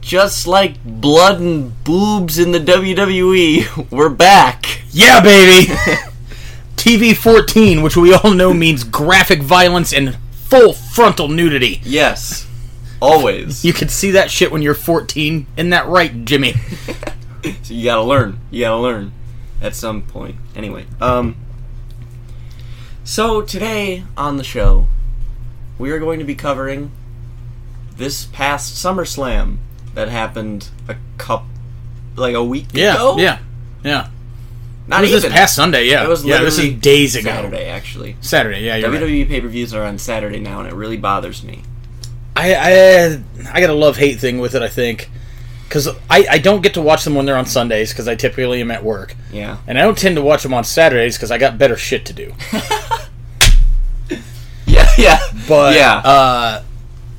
just like blood and boobs in the WWE, we're back. Yeah, baby! TV 14, which we all know means graphic violence and full frontal nudity. Yes, always. You can see that shit when you're 14. Isn't that right, Jimmy? So you gotta learn. You gotta learn at some point. Anyway, um, so today on the show, we are going to be covering this past SummerSlam that happened a cup, like a week Yeah, ago. yeah, yeah. not It was even. this past Sunday, yeah. It was yeah, this is literally days ago. Saturday, actually. Saturday, yeah, you're right. WWE pay per views are on Saturday now, and it really bothers me. I, I, I got a love-hate thing with it, I think. Because I, I don't get to watch them when they're on Sundays, because I typically am at work. Yeah. And I don't tend to watch them on Saturdays, because I got better shit to do. Yeah, yeah. but yeah. uh,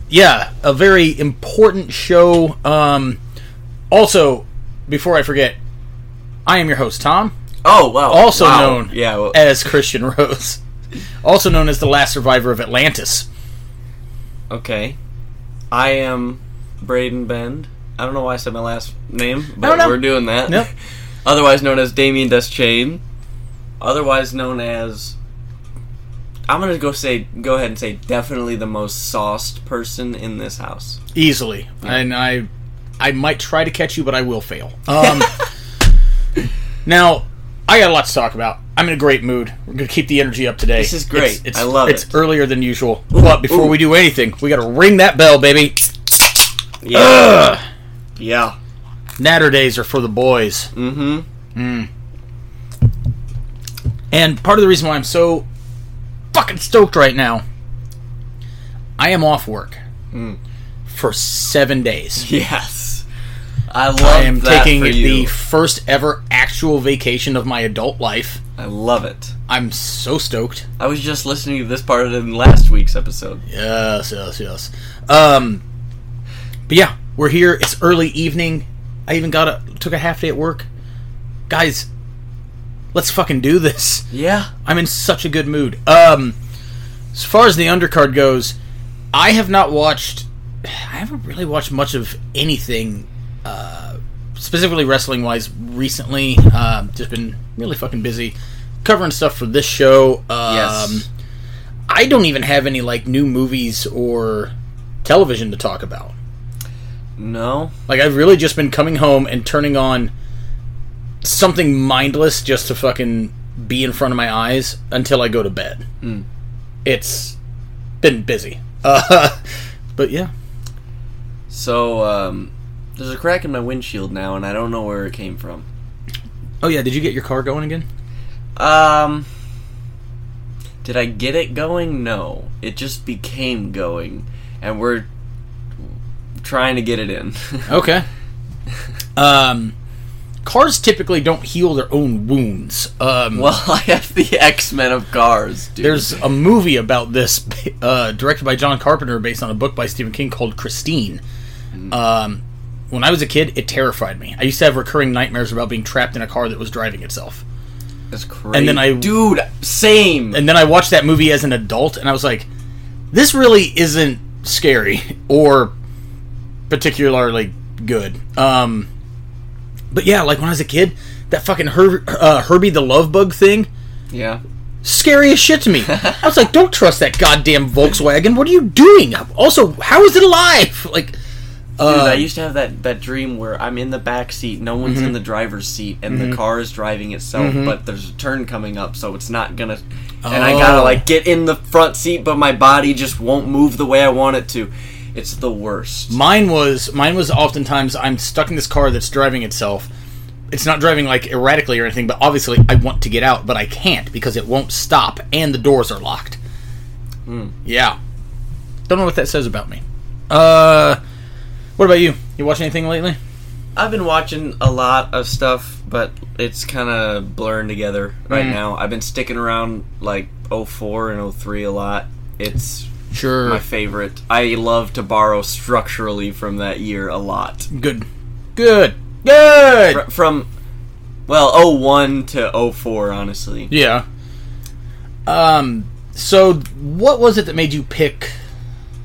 yeah, a very important show. Um, also, before I forget, I am your host Tom, oh, wow. also Wow. known Yeah. well, as Christian Rose, also known as the last survivor of Atlantis. okay. I am Braden Bend. I don't know why I said my last name, don't but know. we're doing that. Yep. Otherwise known as Damien Deschain. Otherwise known as. I'm gonna go say, go ahead and say, definitely the most sauced person in this house. easily, and I, I might try to catch you, but I will fail. Um, now, I got a lot to talk about. I'm in a great mood. We're gonna keep the energy up today. This is great. It's, it's, I love it's it. earlier than usual, but before ooh. we do anything, we gotta ring that bell, baby. Yeah. Yeah. Natter days are for the boys. Mm. Mm-hmm. And part of the reason why I'm so fucking stoked right now, I am off work Mm. for seven days. Yes. I love I am that taking for you. the first ever actual vacation of my adult life. I love it. I'm so stoked. I was just listening to this part in last week's episode. Yes, yes, yes. Um, but yeah, we're here. It's early evening. I even got a took a half day at work. Guys, let's fucking do this. Yeah. I'm in such a good mood. Um, as far as the undercard goes, I have not watched. I haven't really watched much of anything, uh, specifically wrestling wise, recently. Um, just been really fucking busy covering stuff for this show. Um, Yes. I don't even have any like new movies or television to talk about. No. Like I've really just been coming home and turning on something mindless just to fucking be in front of my eyes until I go to bed. It's been busy. Uh, but yeah. So um, there's a crack in my windshield now, and I don't know where it came from. Oh yeah, did you get your car going again? Um, did I get it going? No, it just became going, and we're trying to get it in. Okay. um cars typically don't heal their own wounds. Um well, I have the X Men of cars, dude. there's a movie about this uh, directed by John Carpenter based on a book by Stephen King called Christine. Um, when I was a kid, it terrified me. I used to have recurring nightmares about being trapped in a car that was driving itself. that's crazy. then I- dude, same. And then I watched that movie as an adult and I was like, this really isn't scary or particularly good. Um, but yeah, like when I was a kid, that fucking Her- uh, Herbie the Love Bug thing, yeah. scary as shit to me. I was like, don't trust that goddamn Volkswagen. What are you doing? Also, how is it alive? Like, Dude, Um, I used to have that, that dream where I'm in the back seat, no one's Mm-hmm. in the driver's seat, and the car is driving itself, but there's a turn coming up, so it's not gonna. And I gotta Oh. like get in the front seat, but my body just won't move the way I want it to. It's the worst. mine was mine was oftentimes I'm stuck in this car that's driving itself. It's not driving like erratically or anything, but obviously I want to get out, but I can't because it won't stop and the doors are locked. Yeah, don't know what that says about me. Uh, what about you? You watch anything lately? I've been watching a lot of stuff, but it's kind of blurring together Mm. right now. I've been sticking around like 04 and 03 a lot. It's Sure. my favorite. I love to borrow structurally from that year a lot. good. Good. Good. Fr- from well 01 to 04 honestly Yeah. Um. So, what was it that made you pick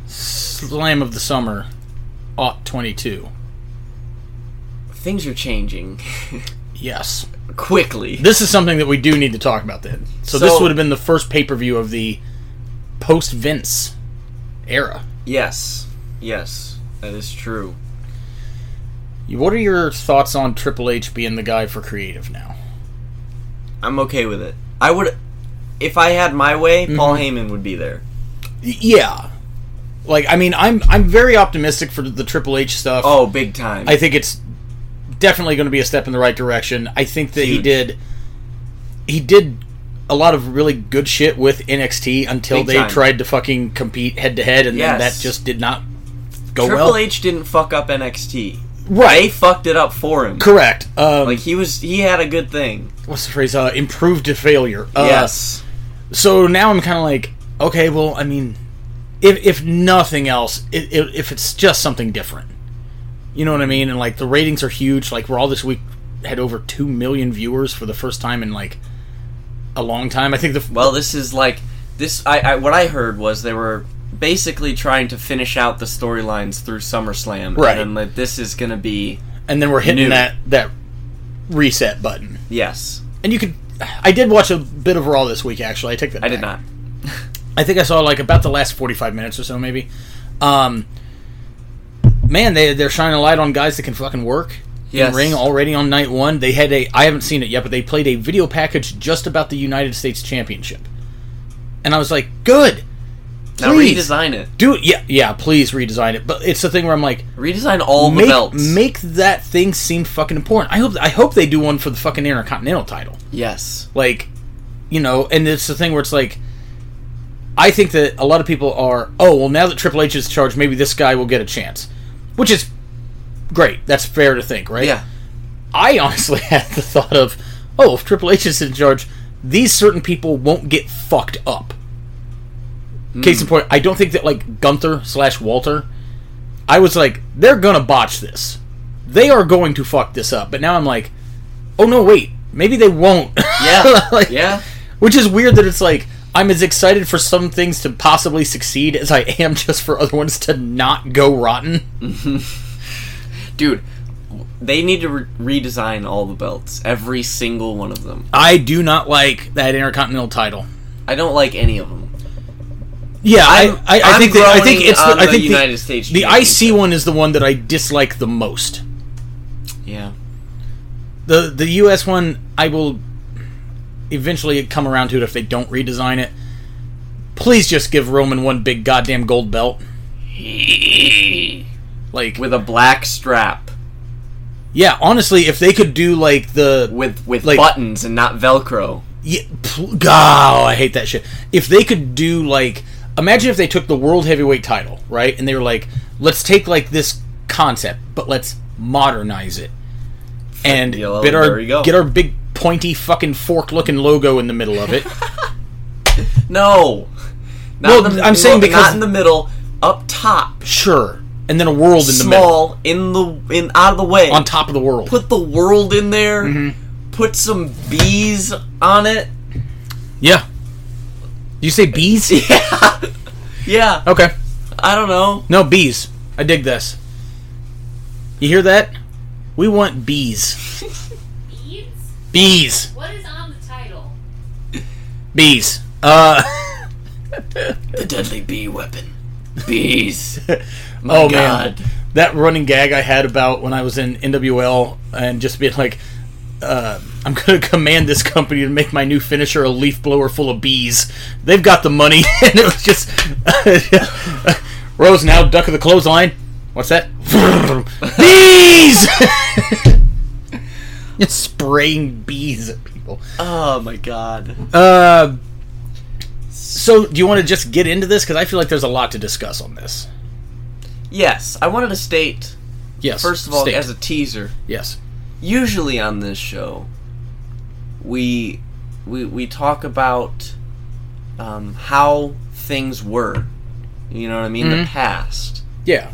Slam of the Summer, Aught Twenty Two? things are changing Yes. quickly. This is something that we do need to talk about then. So, So- this would have been the first pay per view of the post Vince era. Yes, yes, that is true. You- What are your thoughts on Triple H being the guy for creative now? I'm okay with it. I would, if I had my way, Mm-hmm. Paul Heyman would be there. Y- Yeah. Like I mean, I'm I'm very optimistic for the Triple H stuff. Oh, big time. I think it's definitely going to be a step in the right direction. I think that he Huge. did he did a lot of really good shit with NXT until Big they time. tried to fucking compete head to head, and then Yes. that just did not go Triple well. H didn't fuck up NXT. They Right? fucked it up for him. Correct. Um, Like he was, he had a good thing. what's the phrase? Uh, improved to failure. Uh, yes. So now I'm kind of like, okay, well, I mean, if if nothing else, i i if it's just something different, you know what I mean? And like the ratings are huge. Like we're all this week had over two million viewers for the first time in like a long time. I think the Well, this is like this. I, I what I heard was they were basically trying to finish out the storylines through SummerSlam, Right. And then, like, this is gonna be and then we're hitting New. that that reset button. yes. And you could, I did watch a bit of Raw this week. Actually, I take that. I did not. back. I think I saw like about the last forty five minutes or so, maybe. Um, man, they they're shining a light on guys that can fucking work. Yes. In ring already on night one. They had a I haven't seen it yet, but they played a video package just about the United States Championship, and I was like, good. Now Please. redesign it. Do yeah yeah please redesign it. But it's the thing where I'm like, Redesign all the make belts. make that thing seem fucking important. I hope I hope they do one for the fucking Intercontinental title yes. like you know and it's the thing where it's like i think that a lot of people are oh well now that triple h is charged maybe this guy will get a chance which is great that's fair to think right Yeah. i honestly had the thought of oh if triple h is in charge these certain people won't get fucked up case in point i don't think that like gunther slash walter i was like they're gonna botch this they are going to fuck this up but now i'm like oh no wait maybe they won't Yeah. Like- yeah. Which is weird that it's like I'm as excited for some things to possibly succeed as I am just for other ones to not go rotten. Dude, they need to re- redesign all the belts, every single one of them. I do not like that Intercontinental title. I don't like any of them. Yeah, I, I'm- I, I I'm think that, I think growing it's the, on I the think United the, States the Championship. IC one is the one that I dislike the most. Yeah. The the US one I will eventually come around to it if they don't redesign it. Please just give Roman one big goddamn gold belt. Like With a black strap. yeah, honestly, if they could do like the With with Like- buttons and not Velcro. Yeah, pl- God, I hate that shit. If they could do like, imagine if they took the world heavyweight title, right, and they were like, let's take like this concept, but let's modernize it, and Yellow, get there our we go. get our big pointy fucking fork looking logo in the middle of it. No. Not Well, in the, I'm saying well, because- not in the middle, up top, sure, and then a world in the middle small, in the in out of the way. on top of the world. Put the world in there. Mm-hmm. Put some bees on it. yeah. You say bees? Yeah, Okay. I don't know. No bees. I dig this. You hear that? We want bees. Beads? Bees. What is on the title? Bees. Uh. The deadly bee weapon. Bees. My Oh God. man, that running gag I had about when I was in NWL and just being like, uh, "I'm going to command this company to make my new finisher a leaf blower full of bees. They've got the money." and it was just Rose now duck of the clothesline. What's that? bees. just spraying bees at people. Oh my god. Uh, so, do you want to just get into this? Because I feel like there's a lot to discuss on this. Yes, I wanted to state Yes. first of all state. as a teaser. yes. Usually on this show, we we we talk about um, how things were. You know what I mean? Mm-hmm. The past. Yeah.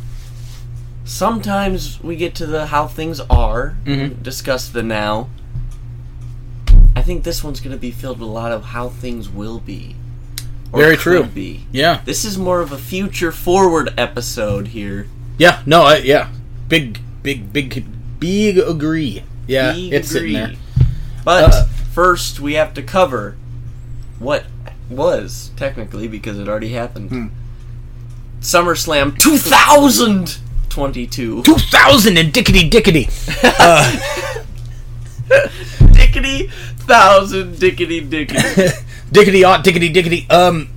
Sometimes we get to the how things are, Mhm. discuss the now. I think this one's going to be filled with a lot of how things will be. Or Very could true. Be. Yeah. This is more of a future forward episode here. Yeah. No. I, yeah. Big, big, big Big agree. Yeah, Big it's sitting there. agree. But Uh, first, we have to cover what was technically because it already happened. Hmm. SummerSlam 2022. Two thousand and dickety dickety. dickety thousand dickety dickety diggity ought diggity diggity um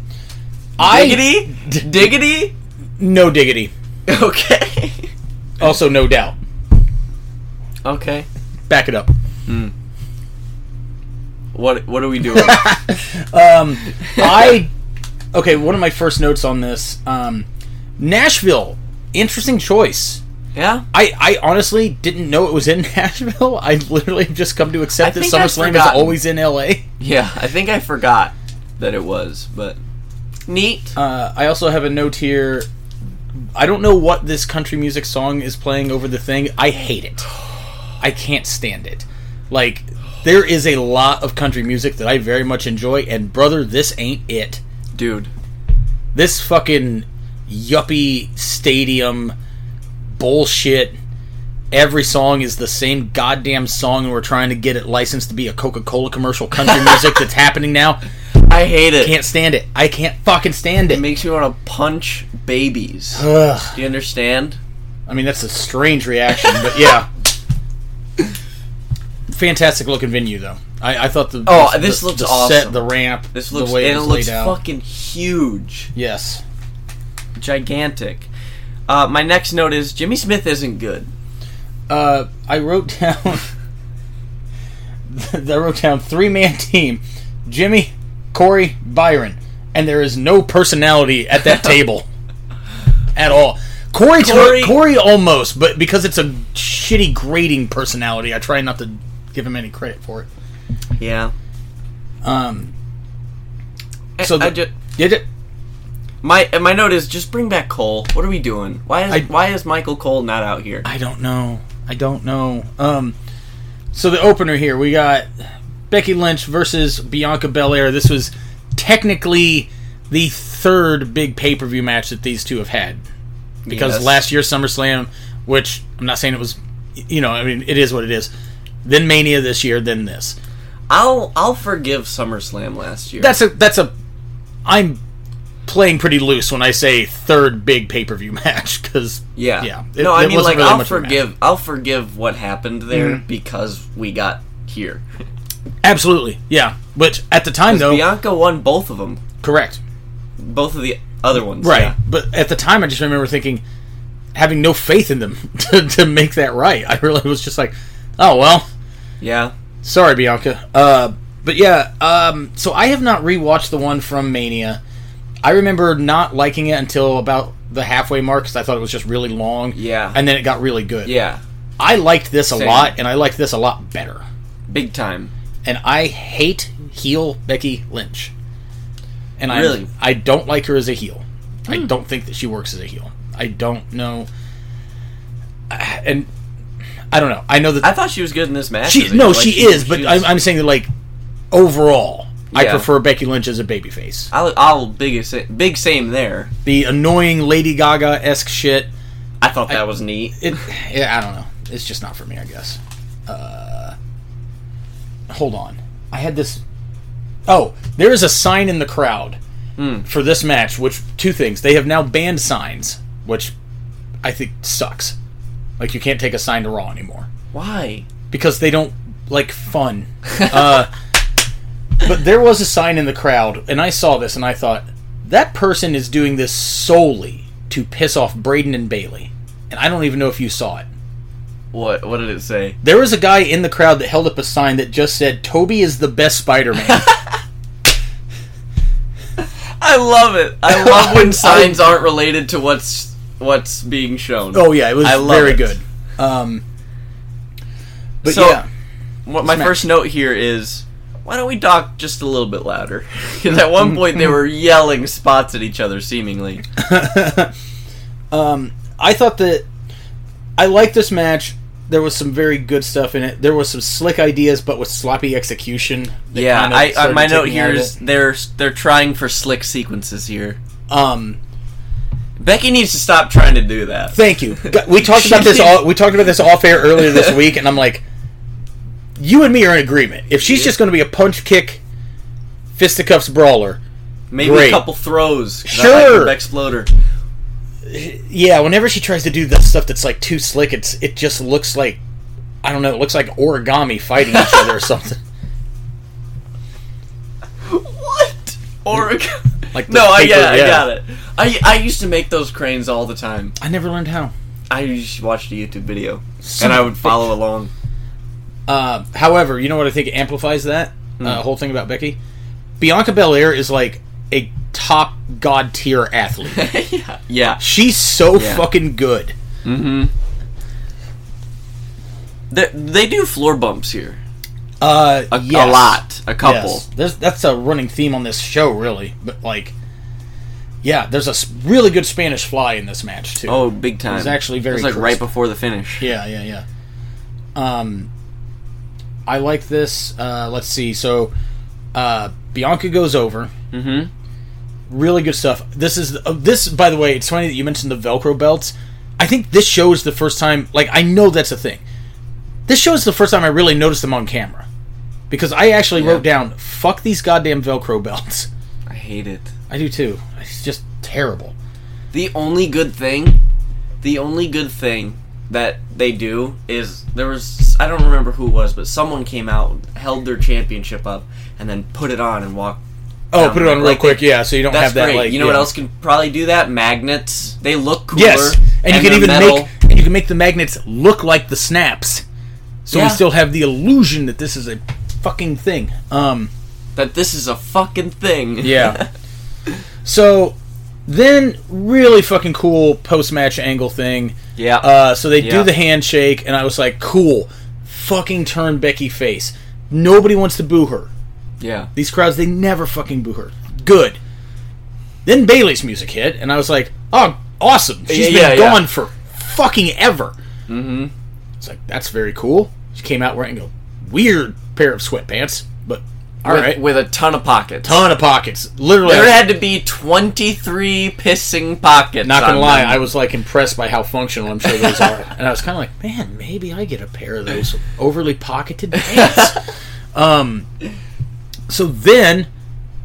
I diggity diggity. no diggity Okay. also no doubt Okay. back it up What what are we doing? I okay one of my first notes on this um Nashville interesting choice yeah. I I honestly didn't know it was in Nashville I literally have just come to accept I that think I've SummerSlam is forgotten. always in LA Yeah. I think I forgot that it was, but neat. uh, I also have a note here I don't know what this country music song is playing over the thing I hate it I can't stand it. Like there is a lot of country music that I very much enjoy, and brother, this ain't it. Dude. This fucking yuppie stadium bullshit. Every song is the same goddamn song, and we're trying to get it licensed to be a Coca Cola commercial country music that's happening now. I hate it. Can't stand it. I can't fucking stand It it. makes me want to punch babies. Ugh. Do you understand? I mean, that's a strange reaction, but yeah. Fantastic looking venue, though. I, I thought the Oh, the- this the- looks the awesome. set, the ramp, This looks the way and it was looks laid out. fucking huge, Yes. gigantic. Uh, my next note is Jimmy Smith isn't good. Uh, I wrote down. I wrote down three man team: Jimmy, Corey, Byron, and there is no personality at that table at all. Corey, Corey- Corey, Corey, almost, but because it's a shitty grading personality, I try not to give him any credit for it. Yeah. Um, So so the, I just, did it. my and my note is just bring back Cole. What are we doing? Why is I- why is Michael Cole not out here? I don't know. I don't know. Um, so the opener here, we got Becky Lynch versus Bianca Belair. This was technically the third big pay per view match that these two have had because Yes. last year's SummerSlam, which I'm not saying it was, you know, I mean it is what it is. Then Mania this year, then this. I'll I'll forgive SummerSlam last year. That's a that's a. I'm playing pretty loose when I say third big pay per view match because yeah. yeah. It- no, I it mean like wasn't really I'll much of a match. forgive I'll forgive what happened there Mm-hmm. because we got here. absolutely yeah. Which at the time though, Bianca won both of them. correct. Both of the other ones. Right. yeah. But at the time, I just remember thinking, having no faith in them to, to make that right. I really was just like, oh, well, Yeah. sorry, Bianca. Uh, but yeah, um, so I have not rewatched the one from Mania. I remember not liking it until about the halfway mark because I thought it was just really long. Yeah. And then it got really good. Yeah. I liked this a Same. lot, and I liked this a lot better. Big time. And I hate heel Becky Lynch. And I Really? Hmm. I don't like her as a heel. I don't think that she works as a heel. I don't know. I- And I don't know. I know that I thought she was good in this match. she Like, no, like, she, is, but she I'm, I'm saying that like overall, I Yeah. prefer Becky Lynch as a babyface. I'll, I'll big sa- big same there. The annoying Lady Gaga esque shit. I thought that was neat. It, yeah, I don't know. It's just not for me, I guess. Uh, hold on. I had this. Oh, there is a sign in the crowd for this match. Which two things? They have now banned signs, which I think sucks. Like you can't take a sign to Raw anymore Why? because they don't like fun. Uh, but there was a sign in the crowd, and I saw this, and I thought that person is doing this solely to piss off Braden and Bailey. And I don't even know if you saw it. What what did it say? There was a guy in the crowd that held up a sign that just said, "Toby is the best Spider-Man." I love it. I love when signs aren't related to what's what's being shown. oh yeah, it was I love very it. good. Um, but So- yeah, What my Smash. first note here is why don't we talk just a little bit louder? Because at one point they were yelling spots at each other, seemingly. I thought that I liked this match. There was some very good stuff in it. There was some slick ideas, but with sloppy execution. that Yeah, kinda I, I started my note taking here out of is it. they're they're trying for slick sequences here. um, Becky needs to stop trying to do that. Thank you. God, We talked about this. All, we talked about this off air earlier this week, and I'm like, you and me are in agreement. If she's just going to be a punch kick, fisticuffs brawler, Maybe Great. a couple throws. 'cause I Sure. like Beck's floater. yeah. Whenever she tries to do the stuff that's like too slick, it's it just looks like I don't know. It looks like origami fighting each other or something. What? Oregon. Like the no, I, paper- yeah, yeah. I got it. I, I used to make those cranes all the time. I never learned how. I just watched a YouTube video Son and I of a would follow along. Uh, however, you know what I think amplifies that Hmm. uh, whole thing about Becky. Bianca Belair is like a top god tier athlete. yeah. Yeah. She's so Yeah. fucking good. They, they do floor bumps here. Uh, A, yes. a lot. A couple. Yes. There's, that's a running theme on this show, really. But like, yeah, there's a s- really good Spanish fly in this match too. Oh, big time. was actually very It was like crisp. right before the finish. yeah, yeah, yeah. Um, I like this. Uh, let's see. So, uh, Bianca goes over. Mm-hmm. Really good stuff. This is uh, this. By the way, it's funny that you mentioned the Velcro belts. I think this show is the first time. Like, I know that's a thing. This show is the first time I really noticed them on camera, because I actually Yeah. wrote down "fuck these goddamn Velcro belts." I hate it. I do too. It's just terrible. The only good thing, the only good thing that they do is there was I don't remember who it was, but someone came out, held their championship up, and then put it on and walked. Oh, Um, put it on real like quick, yeah. So you don't That's have that. great. Like, you know what yeah. else can probably do that? Magnets. They look cooler. Yes, and, they're you can even metal. make and you can make the magnets look like the snaps, so Yeah. we still have the illusion that this is a fucking thing. Um, that this is a fucking thing. yeah. so then, really fucking cool post match angle thing. yeah. Uh, so they Yeah. do the handshake, and I was like, cool, fucking turn Becky face. Nobody wants to boo her. yeah. These crowds, they never fucking boo her. Good. Then Bailey's music hit, and I was like, oh, awesome. She's Yeah, yeah, been yeah. gone for fucking ever. Mm-hmm. It's like, that's very cool. She came out wearing a weird pair of sweatpants, but all with, right, with a ton of pockets. Ton of pockets. Literally. There I- had to be twenty three pissing pockets. not gonna on lie, them. I was like impressed by how functional I'm sure those are, and I was kind of like, man, maybe I get a pair of those overly pocketed pants. um, so then,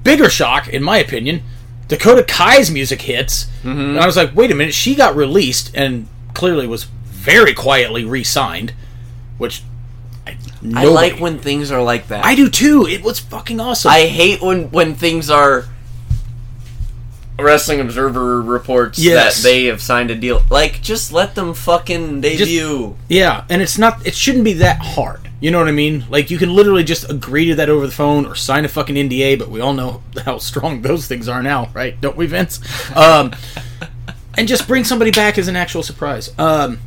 bigger shock, in my opinion, Dakota Kai's music hits, and I was like, wait a minute, she got released and clearly was very quietly re-signed, which I, I nobody- like when things are like that. I do too. It was fucking awesome. I hate when when things are Wrestling Observer reports Yes. that they have signed a deal. Like, just let them fucking debut. Yeah, and it's not it shouldn't be that hard. You know what I mean? Like you can literally just agree to that over the phone or sign a fucking NDA, but we all know how strong those things are now, right? Don't we, Vince? Um and just bring somebody back as an actual surprise. Um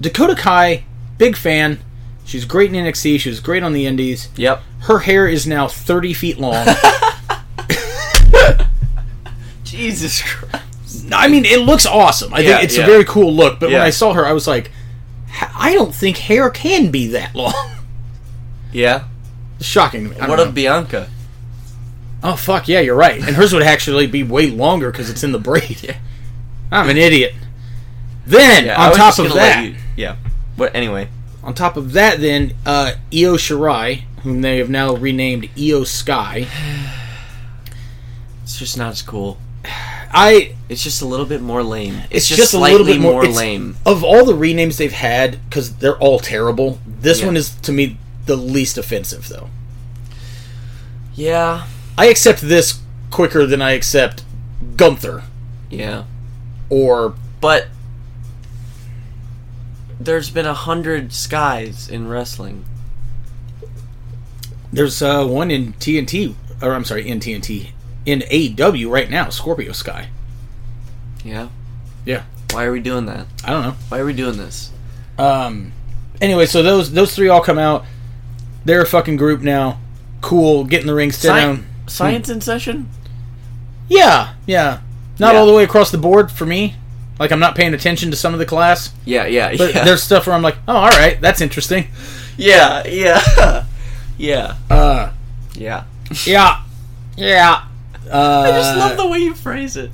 Dakota Kai, big fan. She's great in NXT, she was great on the indies. yep. Her hair is now 30 feet long. Jesus Christ. I mean, it looks awesome. I Yeah, think it's yeah. a very cool look, but when Yeah. I saw her, I was like, "H- I don't think hair can be that long. Yeah. Shocking to me. I don't What know. of Bianca? Oh fuck yeah, you're right. And hers would actually be way longer because it's in the braid. Yeah. I'm an idiot. Then Yeah, I on was top just of gonna let that, you- yeah. But anyway, on top of that, then uh, Io Shirai, whom they have now renamed Io Sky. it's just not as cool. I It's just a little bit more lame. It's, it's just, just a slightly little bit more, more, it's- lame. Of all the renames they've had, because they're all terrible, this Yeah. one is to me the least offensive. Though Yeah. I accept this quicker than I accept Gunther Yeah. or But there's been a hundred skies in wrestling. There's uh, one in TNT, or I'm sorry, in TNT, in AEW right now, Scorpio Sky. Yeah. Yeah, Why are we doing that? I don't Why are we doing this? know. Um, anyway, so those those three all come out. They're a fucking group now. Cool, get in the ring, sit Sci- down. Science in session? Yeah, yeah. Not Yeah. all the way across the board for me. Like I'm not paying attention to some of the class, Yeah, yeah, but yeah. there's stuff where I'm like, oh, all right, that's interesting. yeah, yeah, yeah, Uh, yeah. yeah, yeah. Uh, Uh, I just love the way you phrase it.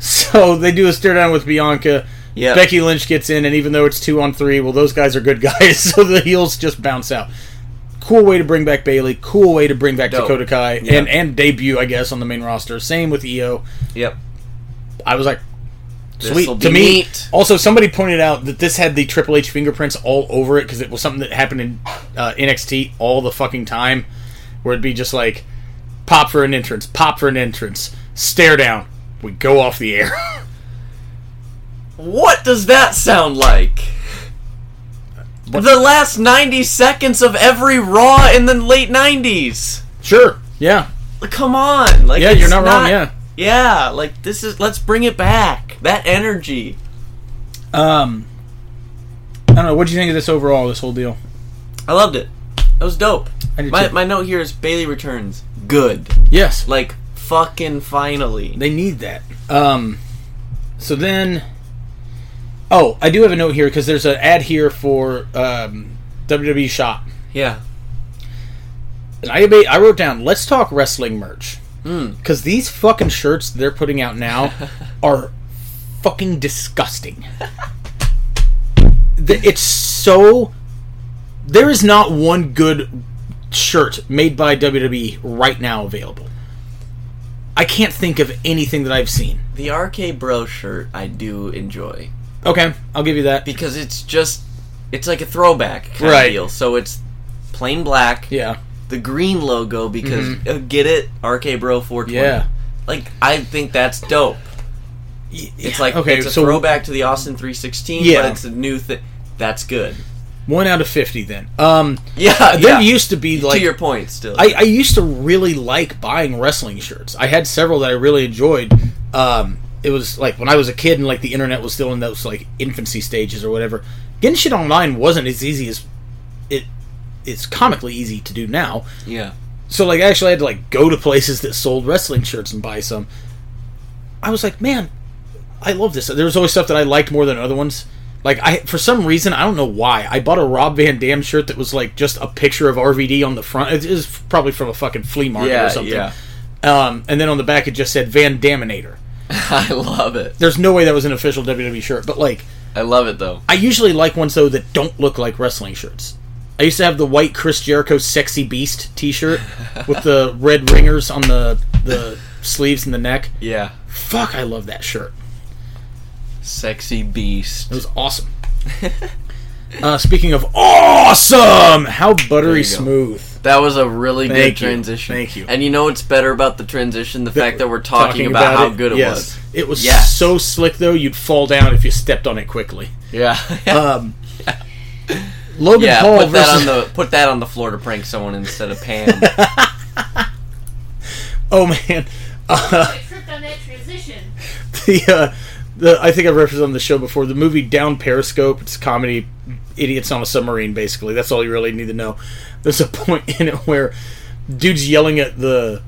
so So they do a stare down with Bianca. Yeah. Becky Lynch gets in, and even though it's two on three, well, those guys are good guys, so the heels just bounce out. Cool way to bring back Bailey. Cool way to bring back Dope. Dakota Kai, Yeah. and and debut, I guess, on the main roster. Same with EO. Yep. I was like, This'll sweet be to me. neat. Also, somebody pointed out that this had the Triple H fingerprints all over it because it was something that happened in uh, NXT all the fucking time, where it'd be just like pop for an entrance, pop for an entrance, stare down, we go off the air. What does that sound like? What- The last 90 seconds of every Raw in the late 90s. sure, yeah, Come on. Like yeah, you're it's not, wrong, yeah. Yeah, like this is let's bring it back. That energy. Um, I don't know. What do you think of this overall? This whole deal? I loved it. That was dope. I did My too. my note here is Bailey returns. Good. Yes, Like fucking finally. they need that. Um, so then, oh, I do have a note here because there's an ad here for um, WWE Shop, Yeah. and I debate, I wrote down, let's talk wrestling merch Mm. because these fucking shirts they're putting out now are fucking disgusting. The- it's so there is not one good shirt made by WWE right now available. I can't think of anything that I've seen. The RK Bro shirt I do enjoy Okay, I'll give you that. because it's just it's like a throwback kind Right. of deal. So it's plain black. Yeah, Mm-hmm. The green logo because uh, get it RK Bro 420. yeah. Like I think that's dope. It's like okay, it's a so throwback to the Austin 316, Yeah. but it's a new thing. That's good. one out of fifty then. Um, Yeah, there yeah. used to be like to your point, still. I, I used to really like buying wrestling shirts. I had several that I really enjoyed. Um, it was like when I was a kid and like the internet was still in those like infancy stages or whatever. Getting shit online wasn't as easy as it. It's comically easy to do now. yeah, So like, I actually had to like go to places that sold wrestling shirts and buy some. I was like, man, I love this. There was always stuff that I liked more than other ones. Like I, for some reason, I don't know why, I bought a Rob Van Dam shirt that was like just a picture of RVD on the front. It is probably from a fucking flea market yeah, or something. yeah. Um, and then on the back, it just said Van Daminator. I love it. There's no way that was an official WWE shirt, but like, I love it though. I usually like ones though that don't look like wrestling shirts. I used to have the white Chris Jericho "Sexy Beast" T-shirt with the red ringers on the the sleeves and the neck. Yeah, Fuck, I love that shirt. sexy beast. It was awesome. uh, speaking of awesome, how There buttery you go. smooth. That was a really Thank good you. transition. Thank you. And you know what's better about the transition? The fact that we're talking, about, how good it yes. It was Yes. so slick though; you'd fall down if you stepped on it quickly. was. Yeah. Um, Logan yeah. Paul put that versus on the put that on the floor to prank someone instead of Pam. oh man, I tripped on that transition. the uh, the I think I've referenced on the show before the movie Down Periscope. It's a comedy, idiots on a submarine. Basically, that's all you really need to know. There's a point in it where dude's yelling at the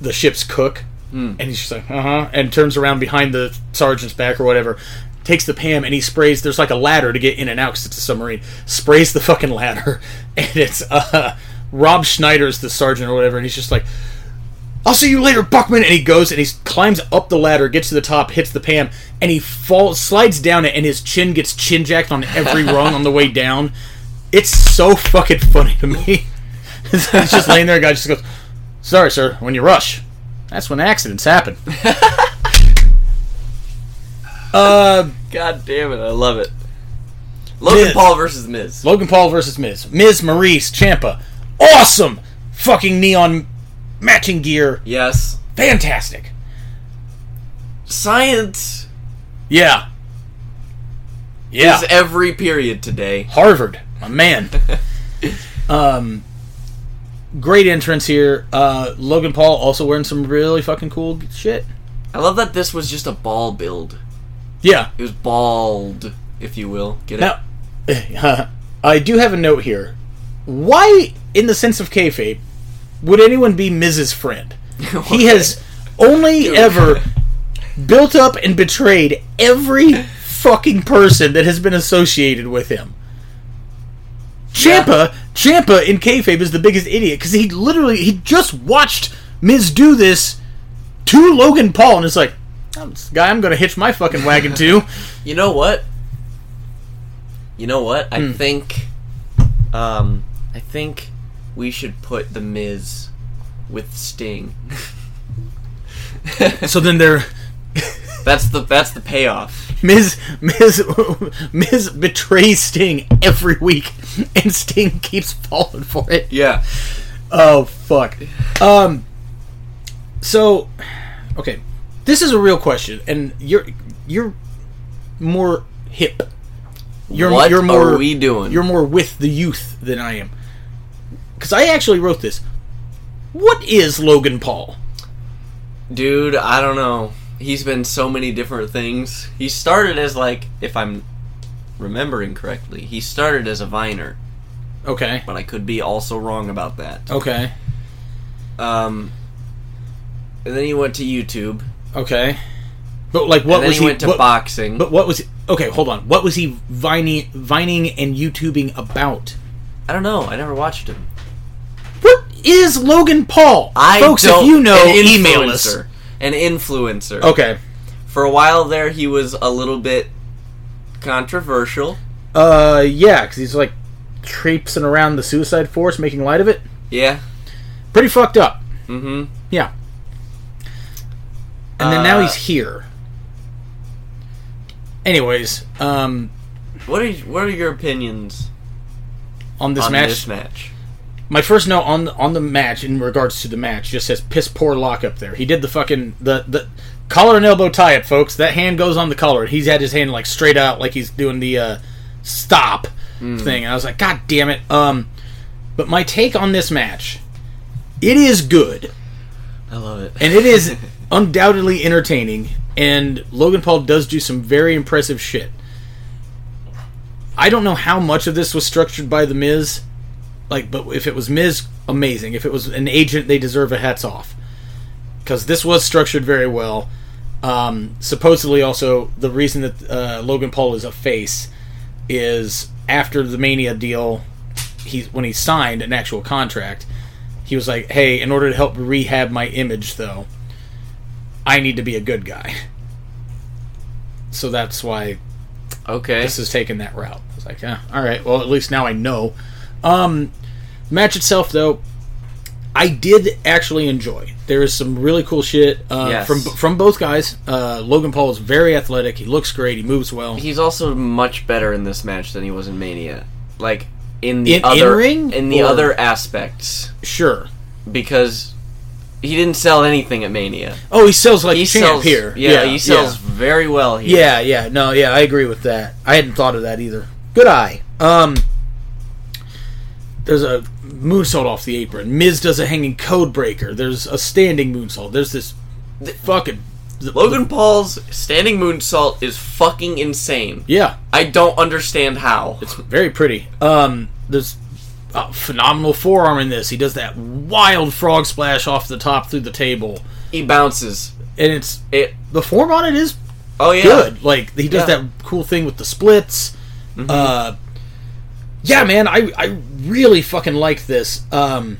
the ship's cook, and he's just like, uh huh, and turns around behind the sergeant's back or whatever. Takes the Pam and he sprays. There's like a ladder to get in and out because it's a submarine. Sprays the fucking ladder, and it's uh, Rob Schneider's the sergeant or whatever, and he's just like, I'll see you later, Buckman. And he goes and he climbs up the ladder, gets to the top, hits the Pam, and he falls, slides down it, and his chin gets chin jacked on every rung on the way down. It's so fucking funny to me. He's just laying there, and guy just goes, "Sorry, sir. When you rush, that's when accidents happen." uh, God damn it! I love it. Logan Miz. Paul versus Miz. Logan Paul versus Miz. Miz, Maurice, Champa. Awesome, fucking neon matching gear. Yes. Fantastic. Science Yeah. Yeah. is every period today. Harvard, my man. um, great entrance here. Uh, Logan Paul also wearing some really fucking cool shit. I love that this was just a ball build. Yeah. It was bald, if you will. Get it? Now, eh, I do have a note here. Why, in the sense of kayfabe, would anyone be Miz's friend? He has only ever built up and betrayed every fucking person that has been associated with him. Champa, Champa in kayfabe is the biggest idiot because he literally he just watched Miz do this to Logan Paul and it's like, I'm this guy I'm going to hitch my fucking wagon to. You know what? You know what? Hmm. I think, um, I think we should put the Miz with Sting. so then they're that's the that's the payoff. Miz Miz Miz betrays Sting every week, and Sting keeps falling for it. Yeah. Oh fuck. Um. So, okay, this is a real question, and you're you're more hip. You're What you're more are we doing? you're more with the youth than I am. Because I actually wrote this. What is Logan Paul? Dude, I don't know. He's been so many different things. He started as like, if I'm remembering correctly, he started as a viner, Okay. but I could be also wrong about that. Okay. Um, and then he went to YouTube. Okay. But like, and what then was he, went to what- boxing. But what was okay? Hold on. What was he vining, vining and YouTubing about? I don't know. I never watched him. What is Logan Paul? I folks, don't, if you know, an email us. influencer. An influencer. Okay. For a while there, he was a little bit controversial. Uh, yeah, because he's like traipsing around the Suicide Force, making light of it. Yeah. Pretty fucked up. Mm-hmm. Yeah. And then now Uh, he's here. Anyways, um, What are what are your opinions on this on match, this match? my first note on the, on the match in regards to the match just says piss poor lock up there. He did the fucking the the collar and elbow tie up, folks. That hand goes on the collar. He's had his hand like straight out, like he's doing the uh, stop thing. And I was like, God damn it. Um, but my take on this match, it is good I love it. and it is undoubtedly entertaining. And Logan Paul does do some very impressive shit. I don't know how much of this was structured by the Miz, like, but if it was Miz, amazing. If it was an agent, they deserve a hats off because this was structured very well. Um, supposedly, also the reason that uh, Logan Paul is a face is after the Mania deal, he when he signed an actual contract, he was like, "Hey, in order to help rehab my image, though, I need to be a good guy." So that's why Okay. this is taking that route. I was like, "Yeah, all right. Well, at least now I know." Um, match itself, though, I did actually enjoy. There is some really cool shit uh, Yes. from from both guys. Uh, Logan Paul is very athletic. He looks great. He moves well. He's also much better in this match than he was in Mania. Like in the In- other in-ring, in the or- other aspects sure. because he didn't sell anything at Mania. Oh, he sells like He champ sells here. Yeah, he sells very well here. Yeah, yeah, no, yeah, I agree with that. I hadn't thought of that either. Good eye. Um, there's a moonsault off the apron. Miz does a hanging code breaker. There's a standing moonsault. There's this fucking Logan Paul's standing moonsault is fucking insane. Yeah, I don't understand how. it's very pretty. Um, there's a phenomenal forearm in this. He does that wild frog splash off the top through the table, He bounces. and it's It the form on it is Oh yeah. good. Like he does Yeah. Mm-hmm. that cool thing with the splits. Uh, yeah, man, I I really fucking liked this. Um,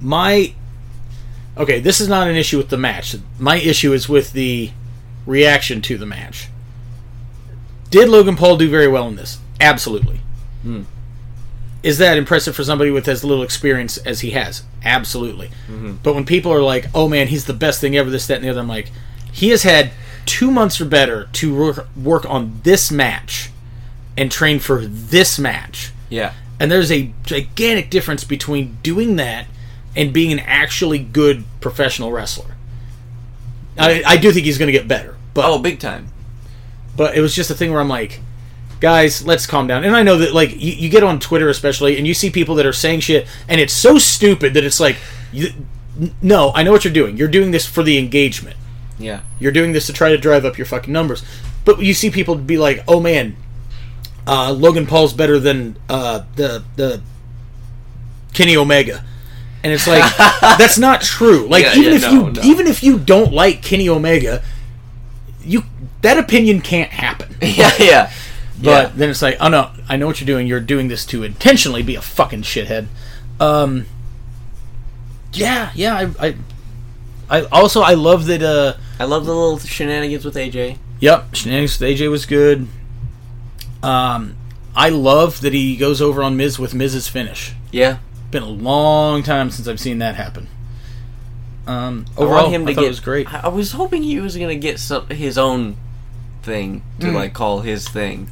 my okay, this is not an issue with the match. My issue is with the reaction to the match. Did Logan Paul do very well in this? Absolutely. Is that impressive for somebody with as little experience as he has? Absolutely. But when people are like, "Oh man, he's the best thing ever," this, that, and the other, I'm like, he has had two months or better to work work on this match and train for this match. Yeah. And there's a gigantic difference between doing that and being an actually good professional wrestler. I, I do think he's going to get better, but Oh, big time. but it was just a thing where I'm like, guys, let's calm down. And I know that like you, you get on Twitter especially, and you see people that are saying shit, and it's so stupid that it's like, you, n- no, I know what you're doing. You're doing this for the engagement. Yeah. You're doing this to try to drive up your fucking numbers. But you see people be like, oh man, uh, Logan Paul's better than uh, the the Kenny Omega. And it's like that's not true. Like Yeah, even yeah, if no, you no. even if you don't like Kenny Omega, you that opinion can't happen. Yeah, yeah. But Yeah. then it's like, oh no, I know what you're doing. You're doing this to intentionally be a fucking shithead. Um, yeah, yeah, I, I, I also I love that. uh I love the little shenanigans with AJ. Yep, shenanigans with AJ was good. Um, I love that he goes over on Miz with Miz's finish. Yeah, Been a long time since I've seen that happen. Um, I want overall, him to I thought get, it was great. I, I was hoping he was gonna get some his own thing to like call his thing.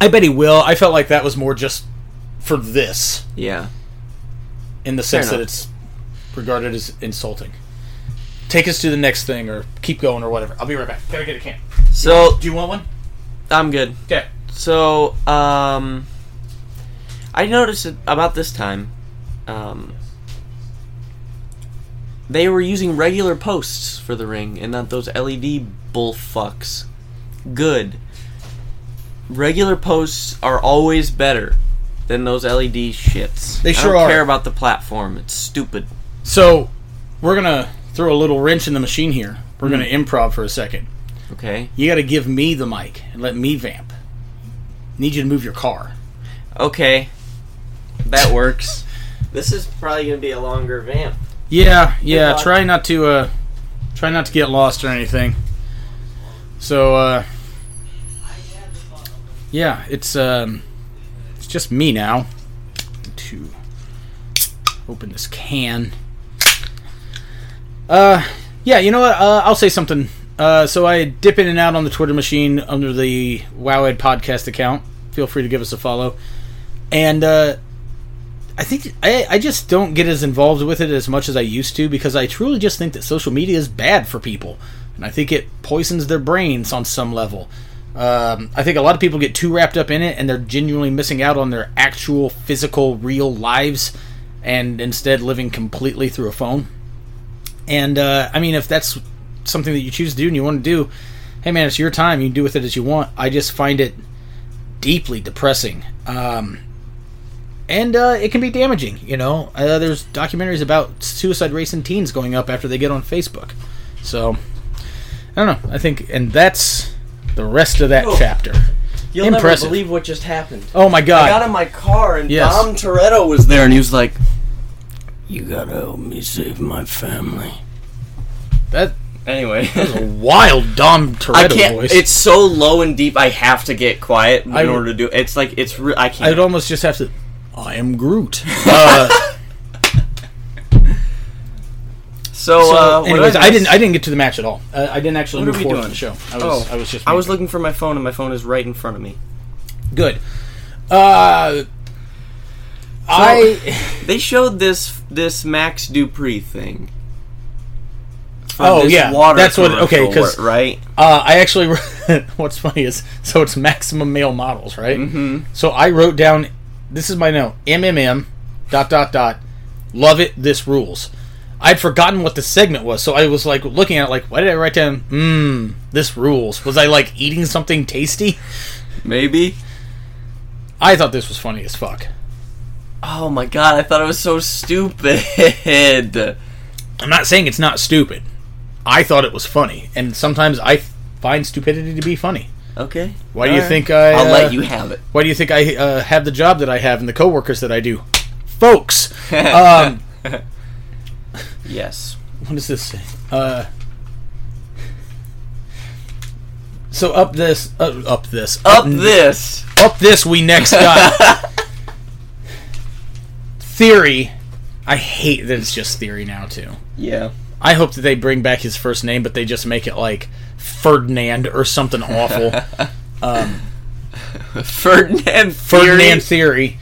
I bet he will. I felt like that was more just for this, Yeah, in the sense Fair that enough. it's regarded as insulting. Take us to the next thing, or keep going, or whatever. I'll be right back. Gotta get a can. so Do you want one? I'm good. Okay. So um, I noticed that about this time, um, they were using regular posts for the ring and not those LED bullfucks. Good. Regular posts are always better than those LED shits. They I sure don't are. care about the platform. It's stupid. So we're gonna throw a little wrench in the machine here. We're gonna improv for a second. Okay. You got to give me the mic and let me vamp. Need you to move your car. Okay. That works. this is probably going to be a longer vamp. Yeah, yeah. luck. Try not to uh, try not to get lost or anything. So uh, yeah, it's um, it's just me now. To open this can. Uh, yeah. You know what? Uh, I'll say something. Uh, so I dip in and out on the Twitter machine under the Wowhead podcast account. Feel free to give us a follow. And uh, I think I, I just don't get as involved with it as much as I used to because I truly just think that social media is bad for people, and I think it poisons their brains on some level. Um, I think a lot of people get too wrapped up in it and they're genuinely missing out on their actual physical, real lives, and instead living completely through a phone. And uh, I mean, if that's something that you choose to do and you want to do, hey man, it's your time. You can do with it as you want. I just find it deeply depressing. Um, and uh, it can be damaging. You know, uh, there's documentaries about suicide rates in teens going up after they get on Facebook. So I don't know. I think, and that's the rest of that Oh. chapter. You'll Impressive. never believe what just happened. Oh my I got god! in my car and Yes. Dom Toretto was there, and he was like, "You gotta help me save my family." That Anyway, was a wild Dom I Toretto can't. voice. It's so low and deep. I have to get quiet in I would- order to do. It's like it's. Re- I I'd can't. almost just have to. I am Groot. Uh, so, so, uh, what anyways, did I didn't. I didn't get to the match at all. Uh, I didn't actually What are move we forward doing? on the show. I was. Oh, I was just. I was making- looking for my phone, and my phone is right in front of me. good. Uh, I. They showed this this Max Dupree thing. From Oh, yeah, that's what- commercial, okay, 'cause- right. Uh, I actually, what's funny is, so it's maximum male models, right? Mhm. So I wrote down, this is my note, MMM, dot, dot, dot, love it, this rules. I'd forgotten what the segment was, so I was like looking at it like, why did I write down, mmm, this rules? Was I like eating something tasty? Maybe. I thought this was funny as fuck. Oh my god! I thought it was so stupid. I'm not saying it's not stupid. I thought it was funny, and sometimes I f- find stupidity to be funny. Okay. Why do you Alright. think I, I'll uh, let you have it. Why do you think I uh, have the job that I have and the coworkers that I do? Folks! Um, yes. what does this say? Uh, so up this, uh, up this, Up this. up this. We next got theory. I hate that it's just theory now too. Yeah. I hope that they bring back his first name, but they just make it like Ferdinand or something awful. um, Ferdinand. Ferdinand Ferdinand. Theory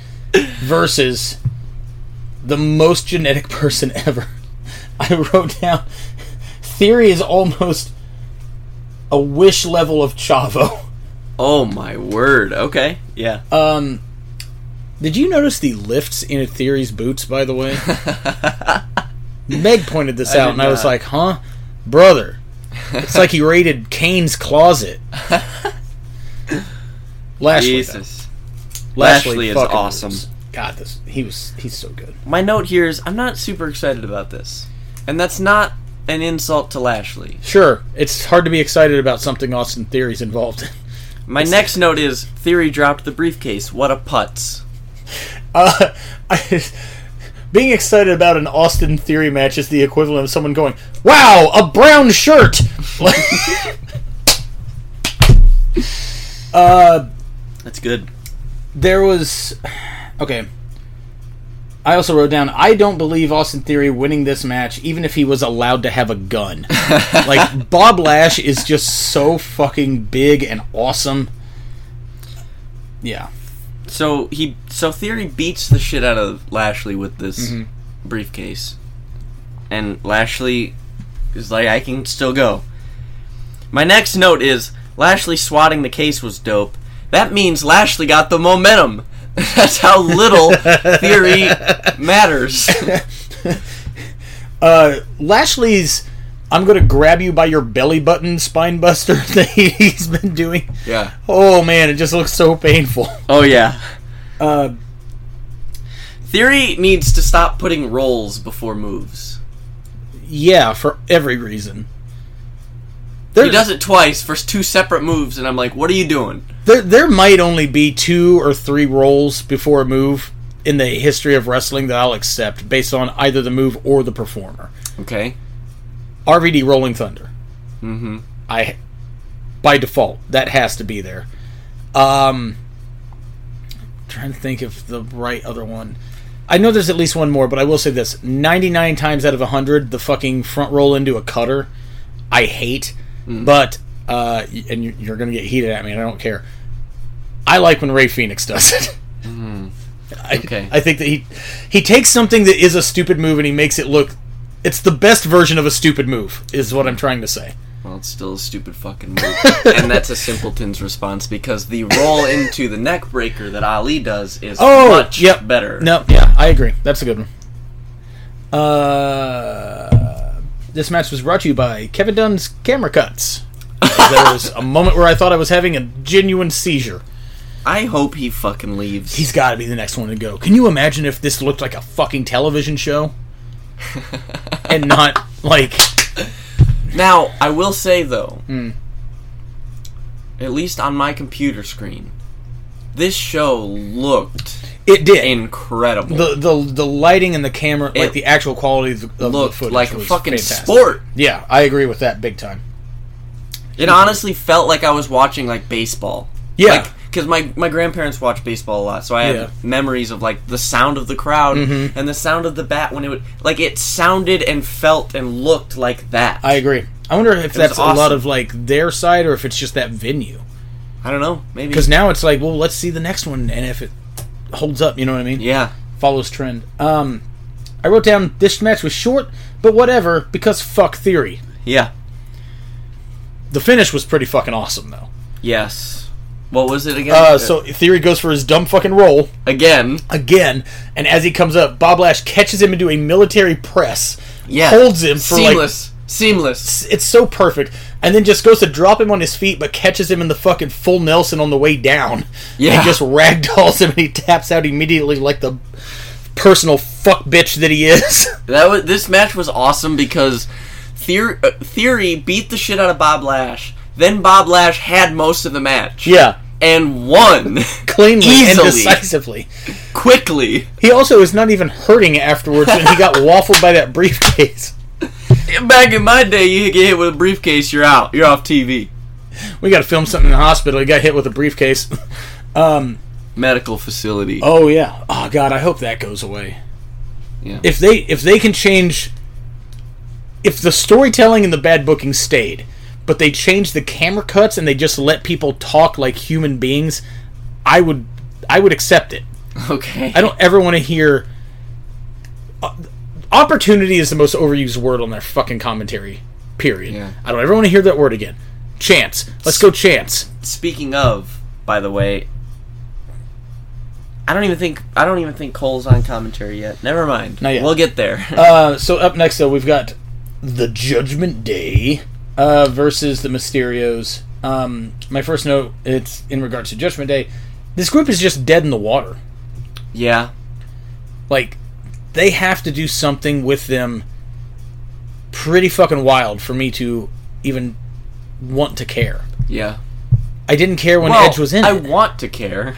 versus the most genetic person ever. I wrote down Theory is almost a wish level of Chavo. Oh my word. Okay. Yeah. Um, did you notice the lifts in Theory's boots? By the way, Meg pointed this I out, did and I was not. like, "Huh, brother." It's like he raided Kane's closet. Lashley, though. Jesus. Lashley is fucking awesome. rules. God, this he was he's so good. My note here is I'm not super excited about this, and that's not an insult to Lashley. Sure, it's hard to be excited about something Austin Theory's involved in. My next note is Theory dropped the briefcase. What a putz. Uh, I, Being excited about an Austin Theory match is the equivalent of someone going, "Wow, a brown shirt." uh, That's good. there was okay i also wrote down i don't believe austin theory winning this match even if he was allowed to have a gun like bob lash is just so fucking big and awesome yeah So he so Theory beats the shit out of Lashley with this briefcase. And Lashley is like I can still go. My next note is Lashley swatting the case was dope. That means Lashley got the momentum. That's how little Theory matters. uh lashley's i'm gonna grab you by your belly button spine buster that he's been doing yeah. oh man it just looks so painful Oh yeah. uh Theory needs to stop putting rolls before moves. yeah for every reason He does it twice for two separate moves, and I'm like, what are you doing? There, there might only be two or three rolls before a move in the history of wrestling that I'll accept based on either the move or the performer. Okay. RVD Rolling Thunder. Mhm. I, by default, that has to be there. Um, trying to think of the right other one. I know there's at least one more, but I will say this: 99 times out of 100, the fucking front roll into a cutter, I hate. But uh, y- and you- you're gonna get heated at me, and I don't care. I like when Ray Phoenix does it. I, Okay. I think that he he takes something that is a stupid move and he makes it look. It's the best version of a stupid move, is what I'm trying to say. Well, it's still a stupid fucking move. and that's a simpleton's response because the roll into the neck breaker that Ali does is Oh, much yep. better. No, yeah, I agree. That's a good one. Uh, this match was brought to you by Kevin Dunn's Camera Cuts. there was a moment where I thought I was having a genuine seizure. I hope he fucking leaves. He's got to be the next one to go. Can you imagine if this looked like a fucking television show? and not like now, I will say though, Hmm. at least on my computer screen, this show looked it did. incredible. the the the lighting and the camera, like It the actual quality of the, of the looked footage, like a was fucking fantastic. sport. Yeah, I agree with that big time. It honestly felt like I was watching like baseball. Yeah. Like, because my, my grandparents watched baseball a lot, so I had Yeah. Mm-hmm. memories of like the sound of the crowd and the sound of the bat when it would like it sounded and felt and looked like that. I agree. I wonder if that's a lot awesome. of like their side or if it's just that venue. I don't know, maybe Because now it's like, well, let's see the next one, and if it holds up, you know what I mean? yeah, Follows trend. Um, I wrote down this match was short, but whatever because fuck theory. yeah, The finish was pretty fucking awesome though. yes. What was it again? Uh, so theory goes for his dumb fucking roll again, again, and as he comes up, Bob Lash catches him into a military press, yeah, holds him for like seamless, seamless. it's so perfect, and then just goes to drop him on his feet, but catches him in the fucking full Nelson on the way down. Yeah. and just ragdolls him, and he taps out immediately like the personal fuck bitch that he is. That was this match was awesome because Theory, uh, Theory beat the shit out of Bob Lash. Then Bob Lash had most of the match. yeah, and won cleanly and Easily. decisively. quickly. He also is not even hurting afterwards when he got waffled by that briefcase. Back in my day, you get hit with a briefcase, you're out. You're off TV. We got to film something in the hospital. He got hit with a briefcase. um, Medical facility. oh yeah. Oh god, I hope that goes away. Yeah. if they if they can change if the storytelling and the bad booking stayed but they changed the camera cuts and they just let people talk like human beings i would i would accept it Okay. i don't ever want to hear uh, opportunity is the most overused word on their fucking commentary period Yeah. i don't ever want to hear that word again chance let's go chance Speaking of, by the way, I don't even think I don't even think Cole's on commentary yet. Never mind. Not yet. We'll get there. uh, so up next though we've got the judgment day uh, versus the mysterios um, my first note it's in regards to judgment day this group is just dead in the water yeah. like they have to do something with them pretty fucking wild for me to even want to care Yeah. i didn't care when Well, edge was in I it. want to care.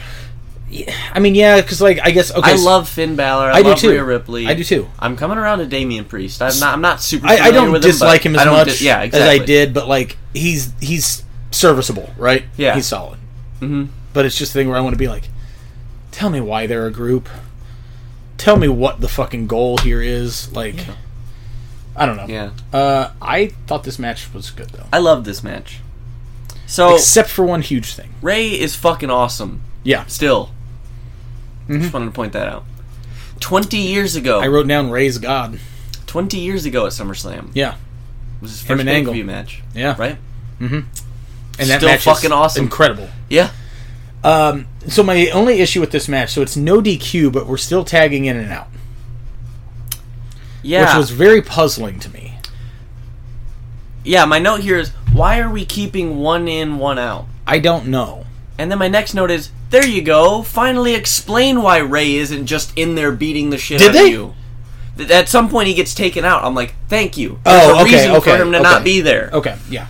Yeah, I mean, yeah, because like I guess okay. I so- love Finn Balor. I, I do love too. Rhea Ripley. I do too. I'm coming around to Damian Priest. I'm not. I'm not super. I, I familiar don't with dislike but him as I don't much dis- yeah, exactly. as I did, but like he's he's serviceable, right? Yeah. he's solid. Mhm. But it's just the thing where I want to be like, tell me why they're a group. Tell me what the fucking goal here is. Like, I don't know. Yeah, Uh, I thought this match was good though, I love this match. So except for one huge thing. Ray is fucking awesome. Yeah, Still, just wanted to point that out. Twenty years ago, Mm-hmm. I wrote down Ray's God. twenty years ago at SummerSlam Yeah, was his Him first and pay Angle. per view match. yeah, Mm-hmm. Right? And that Still match is fucking awesome. incredible. Yeah. Um, so my only issue with this match, so it's no DQ, but we're still tagging in and out, Yeah. which was very puzzling to me. yeah. My note here is why are we keeping one in, one out? I don't know. And then my next note is, there you go. Finally, explain why Ray isn't just in there beating the shit Did out they? of you. Th- At some point, he gets taken out. I'm like, thank you. Oh, There's a okay, reason okay, for him to okay. not be there. Okay, yeah,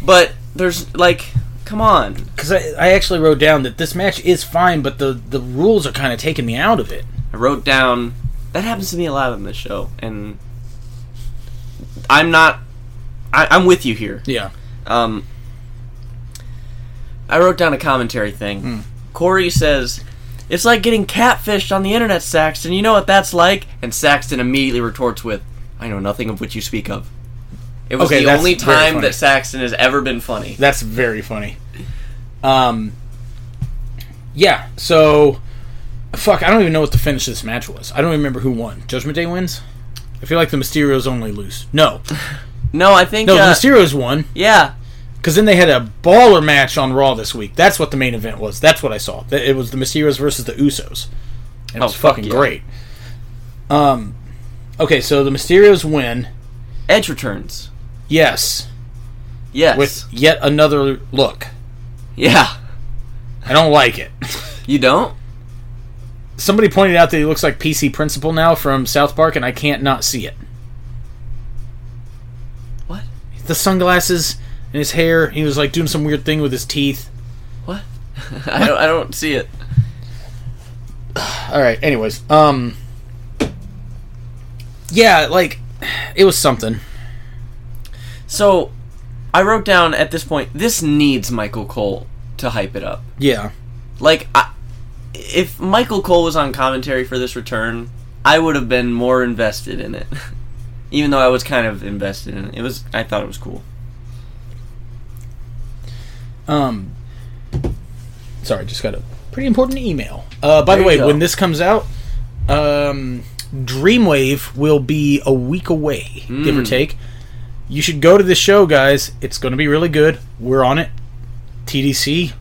But there's like, come on. because I, I actually wrote down that this match is fine, but the the rules are kind of taking me out of it. I wrote down. That happens to me a lot on this show, and I'm not. I, I'm with you here. Yeah, Um, I wrote down a commentary thing. Hmm. Corey says, "It's like getting catfished on the internet, Saxton. You know what that's like." And Saxton immediately retorts with, "I know nothing of what you speak of." It was Okay, the that's only very time funny. that Saxton has ever been funny. that's very funny. Um, yeah. So, fuck, I don't even know what the finish of this match was. I don't remember who won. Judgment Day wins. I feel like the Mysterios only lose. No, No, I think no, uh, the Mysterios won. yeah, Because then they had a baller match on Raw this week. That's what the main event was. That's what I saw. That- It was the Mysterios versus the Usos. And it Oh, was fuck fucking yeah. great. Um, okay, so the Mysterios win. Edge returns. Yes, Yes. with yet another look. yeah. I don't like it. You don't? Somebody pointed out that he looks like PC Principal now from South Park, and I can't not see it. What? The sunglasses and his hair. He was like doing some weird thing with his teeth. What? I don't. I don't see it. All right. Anyways, um, yeah, like it was something. So, I wrote down at this point. This needs Michael Cole to hype it up. Yeah. like I, if Michael Cole was on commentary for this return, I would have been more invested in it. Even though I was kind of invested in it, it was I thought it was cool. Um, sorry, just got a pretty important email. Uh, by There the way, you go. when this comes out, um, Dreamwave will be a week away, give or Mm. take. You should go to the show, guys. It's going to be really good. We're on it. TDC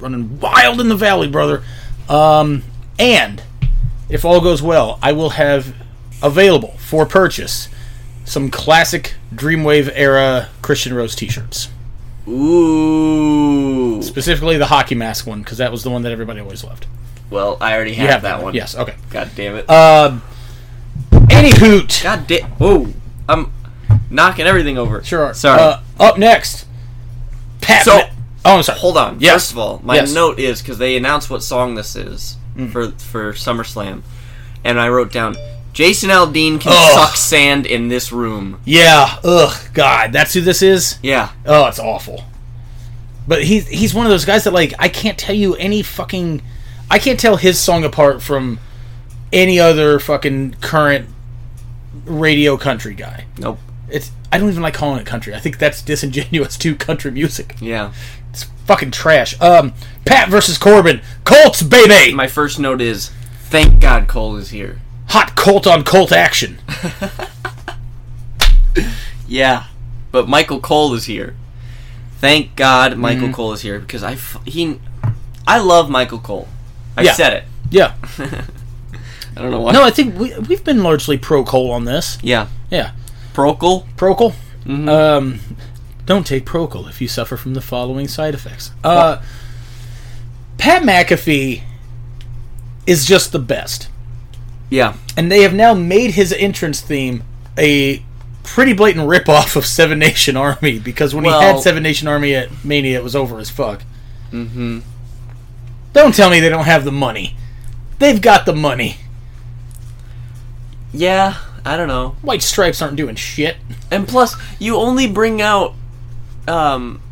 running wild in the valley, brother. Um, and if all goes well, I will have available for purchase some classic Dreamwave era Christian Rose t-shirts Ooh. specifically the hockey mask one because that was the one that everybody always loved. Well, I already have, You have that one. Yes. Okay. God damn it. Um. Any hoot. God damn. Whoa. I'm knocking everything over. Sure. are. Sorry. Uh, up next, Pat. So- Ma- oh, I'm sorry. Hold on. Yes. First of all, my Yes. Mm. note is because they announced what song this is for for SummerSlam, and I wrote down Jason Aldean can Ugh. suck sand in this room. Yeah. Ugh. God, that's who this is. Yeah. Oh, it's awful. But he's he's one of those guys that like I can't tell you any fucking I can't tell his song apart from any other fucking current radio country guy. Nope. It's I don't even like calling it country. I think that's disingenuous to country music. Yeah. It's fucking trash. Um, Pat versus Corbin, Colts baby, my first note is thank god cole is here hot Colt on Colt action. yeah but michael cole is here thank god michael Mm-hmm. cole is here because i f- he i love michael cole i Yeah. said it Yeah, i don't know why no, I think we we've been largely pro Cole on this. yeah Yeah, procol Procol. Um, don't take Procol if you suffer from the following side effects. Uh, Pat McAfee is just the best, yeah and they have now made his entrance theme a pretty blatant ripoff of Seven Nation Army because when Well- he had Seven Nation Army at Mania, it was over as fuck. mm-hmm Don't tell me they don't have the money. They've got the money. Yeah, I don't know. White stripes aren't doing shit. And plus, you only bring out um,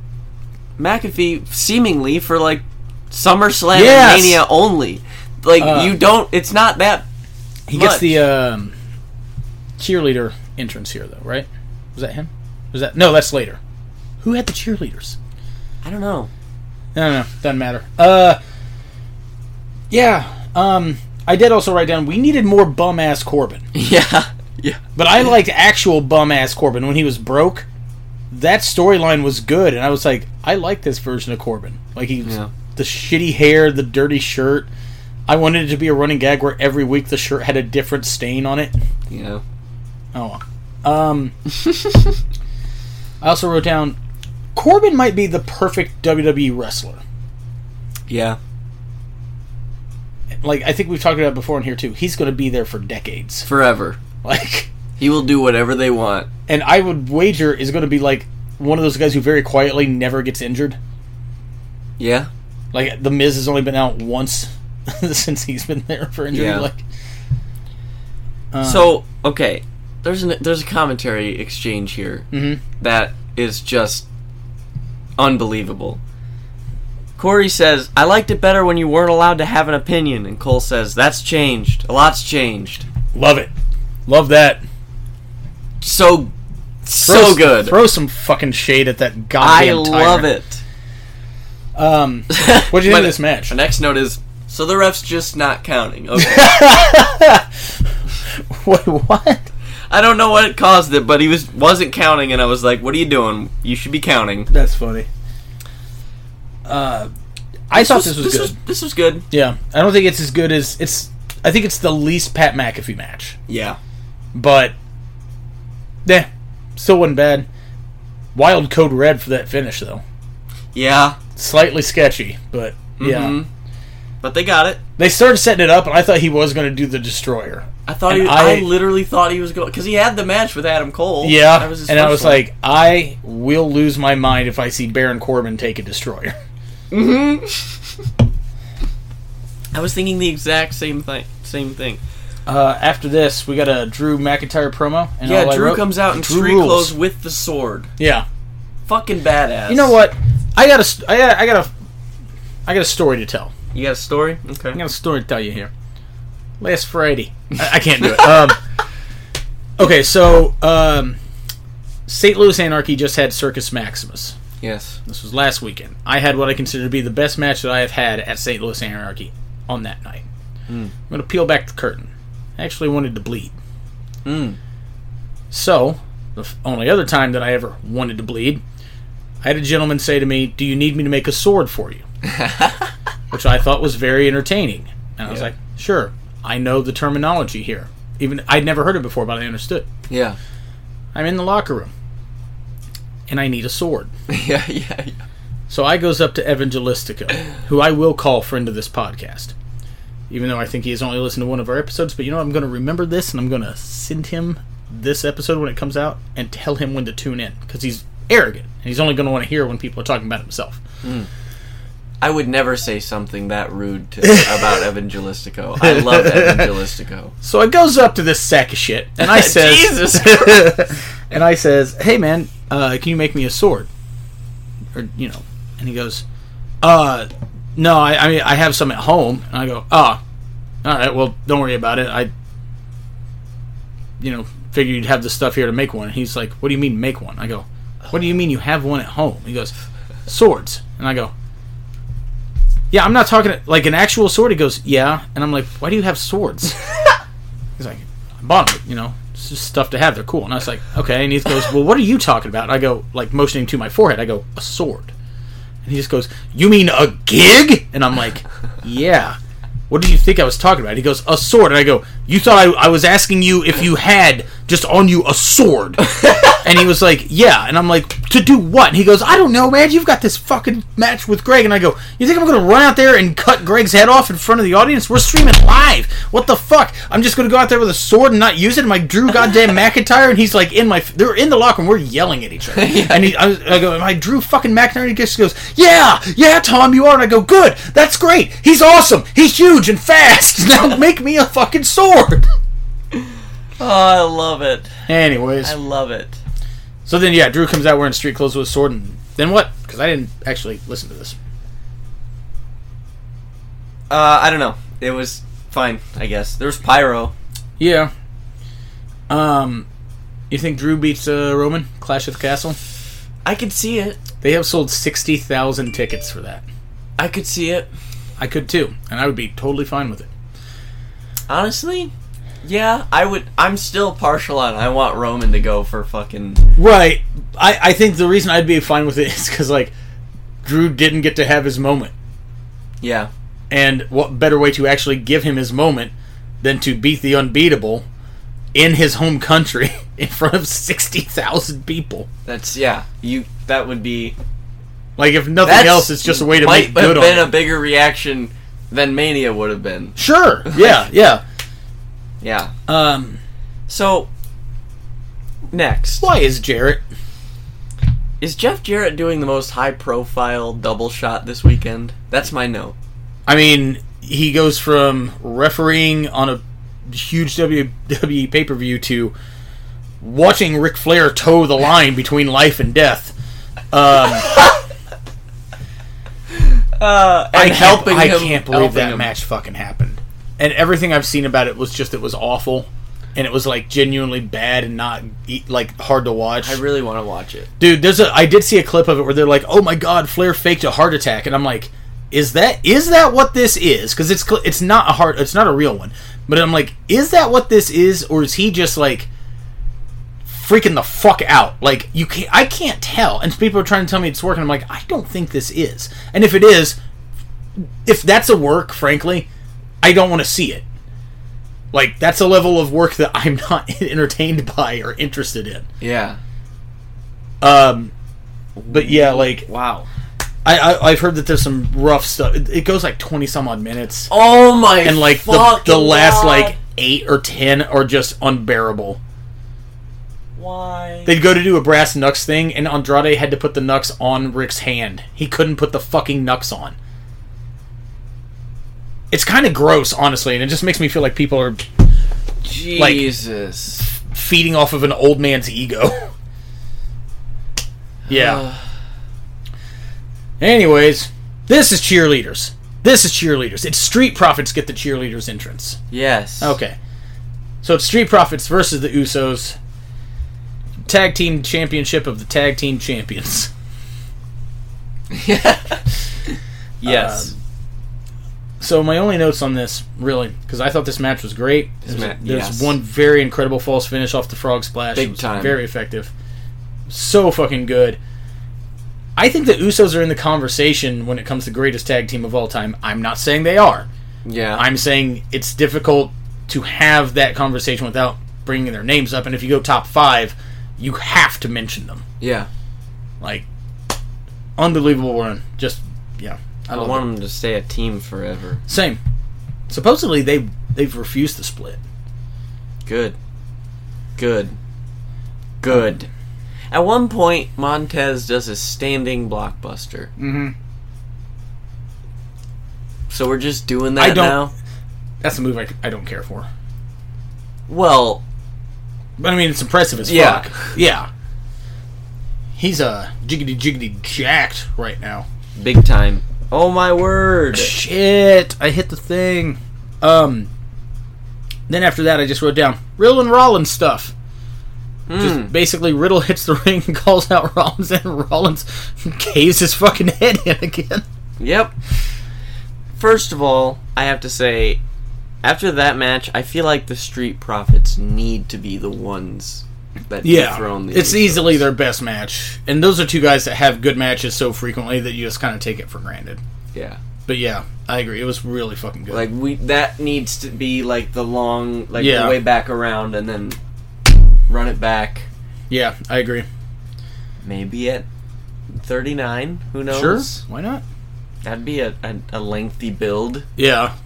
McAfee seemingly for like SummerSlam Yes! and Mania only. Like Uh, you don't. It's not that. He gets Much. the um, cheerleader entrance here, though, right? Was that him? Was that no? That's later. Who had the cheerleaders? I don't know. No, no, doesn't matter. Uh, yeah. Um, I did also write down we needed more bum ass Corbin, Yeah, yeah. but I liked actual bum ass Corbin when he was broke. That storyline was good, and I was like, I like this version of Corbin. Like he, Yeah. the shitty hair, the dirty shirt. I wanted it to be a running gag where every week the shirt had a different stain on it. Yeah. Oh, well. um, I also wrote down Corbin might be the perfect WWE wrestler. Yeah. Like I think we've talked about it before in here too. He's going to be there for decades. Forever. Like, He will do whatever they want. and I would wager is going to be like one of those guys who very quietly never gets injured. Yeah. Like the Miz has only been out once since he's been there for injury. Yeah. Like, uh, So okay, there's an there's a commentary exchange here mhm. that is just unbelievable. Corey says, "I liked it better when you weren't allowed to have an opinion," and Cole says, "That's changed. A lot's changed. love it, love that. So, Throw so s- good. Throw some fucking shade at that I goddamn. love tyrant. it." Um, what do you think of this match? The next note is, so the ref's just not counting. Okay, Wait, what? I don't know what caused it, but he was wasn't counting, and I was like, "What are you doing? You should be counting." That's funny. Uh, I thought this was this good. Was, this was good. yeah, I don't think it's as good as it's. I think it's the least Pat McAfee match, Yeah. but yeah, still wasn't bad. Wild code red for that finish though. Yeah. Slightly sketchy, but yeah, Mhm. But they got it. they started setting it up, and I thought he was going to do the destroyer. I thought And he, I, I- literally thought he was going because he had the match with Adam Cole. Yeah, That was his and I first was one. like, I will lose my mind if I see Baron Corbin take a destroyer. I was thinking the exact same thing. Same thing. Uh, after this, we got a Drew McIntyre promo. And all yeah, I Drew wrote- comes out in Drew street rules. clothes with the sword. Yeah, Fucking badass. you know what? I got a, st- I got, I got a, I got a story to tell. You got a story? I Okay. got a story to tell you here. Last Friday, I, I can't do it. Um, okay, so um, St. Louis Anarchy just had Circus Maximus. Yes. This was last weekend. I had what I consider to be the best match that I have had at St. Louis Anarchy on that night. I'm going to peel back the curtain. I actually wanted to bleed. Mm. So, the f- only other time that I ever wanted to bleed, I had a gentleman say to me, Do you need me to make a sword for you? Which I thought was very entertaining. And I was Yeah. like, Sure, I know the terminology here. Even I'd never heard it before, but I understood. Yeah. I'm in the locker room and I need a sword. yeah. Yeah. Yeah. So I goes up to Evangelistico, who I will call friend of this podcast. Even though I think he has only listened to one of our episodes, but you know what? I'm going to remember this and I'm going to send him this episode when it comes out and tell him when to tune in because he's arrogant and he's only going to want to hear when people are talking about himself. I would never say something that rude to, about Evangelistico. I love Evangelistico. So I goes up to this sack of shit and I says, Jesus and I says, "Hey man, uh, can you make me a sword?" Or you know, and he goes, "Uh, no, I, I mean I have some at home." And I go, "Ah, all right, well don't worry about it. I, you know, figured you'd have the stuff here to make one." And he's like, "What do you mean make one?" I go, "What do you mean you have one at home?" He goes, "Swords," and I go. Yeah, I'm not talking like an actual sword. He goes, yeah, and I'm like, why do you have swords? He's like, I bought them, you know, it's just stuff to have. They're cool. And I was like, okay. And he goes, well, what are you talking about? And I go, like, motioning to my forehead. I go, a sword. And he just goes, you mean a gig? And I'm like, yeah. What do you think I was talking about? He goes, a sword. And I go, you thought I, I was asking you if you had just on you a sword. And he was like, "Yeah." And I'm like, "To do what?" And he goes, "I don't know, man. You've got this fucking match with Greg." And I go, "You think I'm going to run out there and cut Greg's head off in front of the audience? We're streaming live. What the fuck? I'm just going to go out there with a sword and not use it." I'm like, "Drew, goddamn McIntyre," and he's like, "In my, they're in the locker room. We're yelling at each other." And he, I, was- I go, "Am I Drew fucking McIntyre?" And he just goes, "Yeah, yeah, Tom, you are." And I go, "Good. That's great. He's awesome. He's huge and fast. Now make me a fucking sword." Oh, I love it. Anyways, I love it. so then, yeah, Drew comes out wearing street clothes with a sword, and then what? Because I didn't actually listen to this. Uh, I don't know. It was fine, I guess. There was pyro. Yeah. Um, you think Drew beats uh, Roman Clash of the Castle? I could see it. They have sold sixty thousand tickets for that. I could see it. I could too, and I would be totally fine with it. Honestly, yeah, I would. I'm still partial on. I want Roman to go for fucking. Right. I I think the reason I'd be fine with it is because like Drew didn't get to have his moment, Yeah, and what better way to actually give him his moment than to beat the unbeatable in his home country in front of sixty thousand people. that's yeah. You that would be. Like if nothing That's, else, it's just a way to might make have good on been a it. bigger reaction than Mania would have been. Sure. Yeah. Yeah. Yeah. Um, So next why is Jarrett? is Jeff Jarrett doing the most high profile double shot this weekend? That's my note. I mean, he goes from refereeing on a huge WWE pay per view to watching Ric Flair toe the line between life and death. Um, Uh, and I helping can't, him. I can't believe helping that him. match fucking happened. And everything I've seen about it was just it was awful, and it was like genuinely bad and not e- like hard to watch. I really want to watch it. Dude, there's a I did see a clip of it where they're like, "Oh my god, Flair faked a heart attack." And I'm like, "Is that is that what this is?" Cuz it's cl- it's not a heart it's not a real one. But I'm like, "Is that what this is or is he just like freaking the fuck out?" Like you can not I can't tell. And people are trying to tell me it's working. I'm like, "I don't think this is." And if it is, if that's a work, frankly, I don't want to see it. Like that's a level of work that I'm not entertained by or interested in. Yeah. Um, but yeah, like Wow. I, I I've heard that there's some rough stuff. It, it goes like twenty some odd minutes, Oh my. and like the fucking the last God. like eight or ten are just unbearable. Why? They'd go to do a brass knucks thing, and Andrade had to put the knucks on Rick's hand. He couldn't put the fucking knucks on. It's kind of gross, honestly, and it just makes me feel like people are Jesus. feeding off of an old man's ego. yeah. Anyways, this is cheerleaders. This is cheerleaders. It's Street Profits get the cheerleaders entrance. yes. Okay. So it's Street Profits versus the Usos. Tag team championship of the tag team champions. Yes. Um, So my only notes on this, really, because I thought this match was great. There's, ma- there's yes. one very incredible false finish off the frog splash. Big It was time. Very effective. So fucking good. I think the Usos are in the conversation when it comes to greatest tag team of all time. I'm not saying they are. yeah. I'm saying it's difficult to have that conversation without bringing their names up. And if you go top five, you have to mention them. yeah. Like, unbelievable run. Just, yeah. I love want them to stay a team forever. Same. Supposedly they they've refused to split. Good. Good. Good. At one point, Montez does a standing blockbuster. Mhm. So we're just doing I that don't- now. That's a move I, I don't care for. Well, But I mean, it's impressive as Yeah. fuck. Yeah. He's a jiggity jiggity jacked right now. big time. Oh my word! Shit! I hit the thing. Um. Then after that, I just wrote down Riddle and Rollins stuff. Just basically, Riddle hits the ring and calls out Rollins, and Rollins caves his fucking head in again. Yep. First of all, I have to say, after that match, I feel like the Street Profits need to be the ones that dethrone the. it's Usos. easily their best match, and those are two guys that have good matches so frequently that you just kind of take it for granted. Yeah. But yeah, I agree. It was really fucking good. Like we that needs to be like the long like Yeah. the way back around and then run it back. Yeah, I agree. Maybe at 39. Who knows? Sure. Why not? That'd be a, a, a lengthy build. Yeah.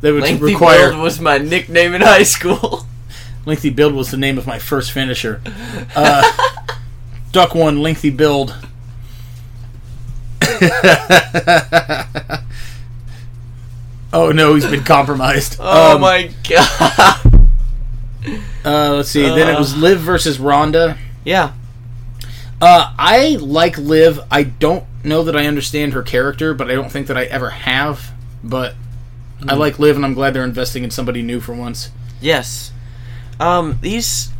They would Lengthy require build was my nickname in high school. lengthy build was the name of my first finisher. Uh, duck one lengthy build. oh no, he's been compromised. Oh Um, my god. Uh, let's see. then it was Uh. Liv versus Ronda. yeah. Uh, I like Liv. I don't know that I understand her character, but I don't think that I ever have. But I like Liv, and I'm glad they're investing in somebody new for once. Yes. Um, these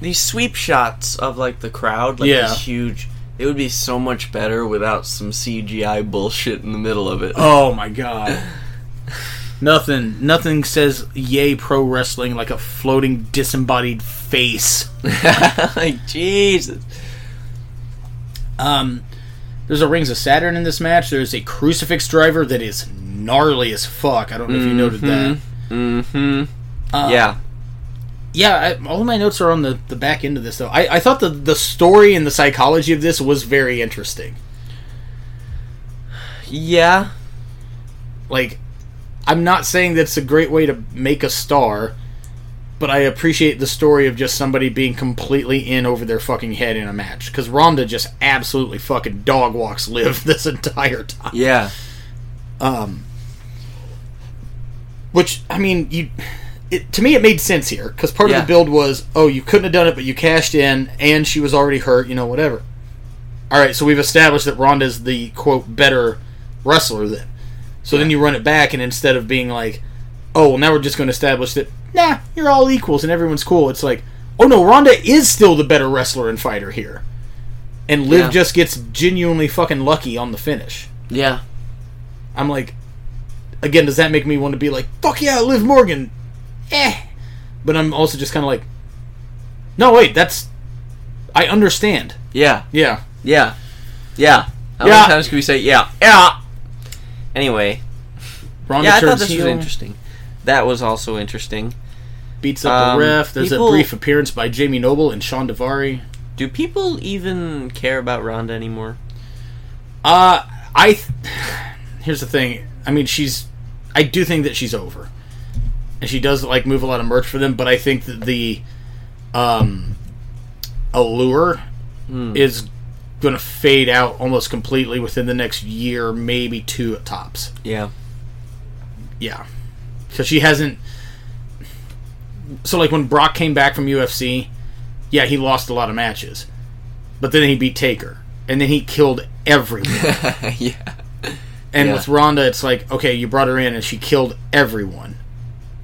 these sweep shots of like the crowd, like Yeah. these huge. It would be so much better without some CGI bullshit in the middle of it. Oh my god. nothing, nothing says "yay pro wrestling" like a floating disembodied face. like Jesus. Um, there's a Rings of Saturn in this match. There's a crucifix driver that is gnarly as fuck. I don't know if you noted that. Mm-hmm. yeah. Yeah, I, all of my notes are on the, the back end of this though. I, I thought the the story and the psychology of this was very interesting. Yeah. Like, I'm not saying that's a great way to make a star, but I appreciate the story of just somebody being completely in over their fucking head in a match. Because Ronda just absolutely fucking dog walks live this entire time. Yeah. Um, which I mean, you. It, to me, it made sense here because part Yeah. of the build was, oh, you couldn't have done it, but you cashed in, and she was already hurt, you know, whatever. All right, so we've established that Ronda's the quote better wrestler then. So then you run it back, and instead of being like, oh, well, now we're just going to establish that, nah, you're all equals and everyone's cool. It's like, oh no, Ronda is still the better wrestler and fighter here, and Liv Yeah. just gets genuinely fucking lucky on the finish. Yeah. I'm like, again, does that make me want to be like, fuck yeah, Liv Morgan? Eh. But I'm also just kind of like, no, wait, that's. I understand. Yeah. Yeah. Yeah. Yeah. How Yeah. many times can we say yeah? Yeah. Anyway. Ronda yeah, I thought turns this heel, was interesting. That was also interesting. beats up Um, the ref. There's people- a brief appearance by Jamie Noble and Sean Devari. Do people even care about Ronda anymore? Uh, I. Th- Here's the thing. I mean, she's. I do think that she's over, and she does like move a lot of merch for them. But I think that the, um, allure is going to fade out almost completely within the next year, maybe two at tops. Yeah. Yeah. So she hasn't. So like when Brock came back from UFC, yeah, he lost a lot of matches, but then he beat Taker, and then he killed everyone. yeah. And Yeah. with Ronda, it's like, okay, you brought her in and she killed everyone.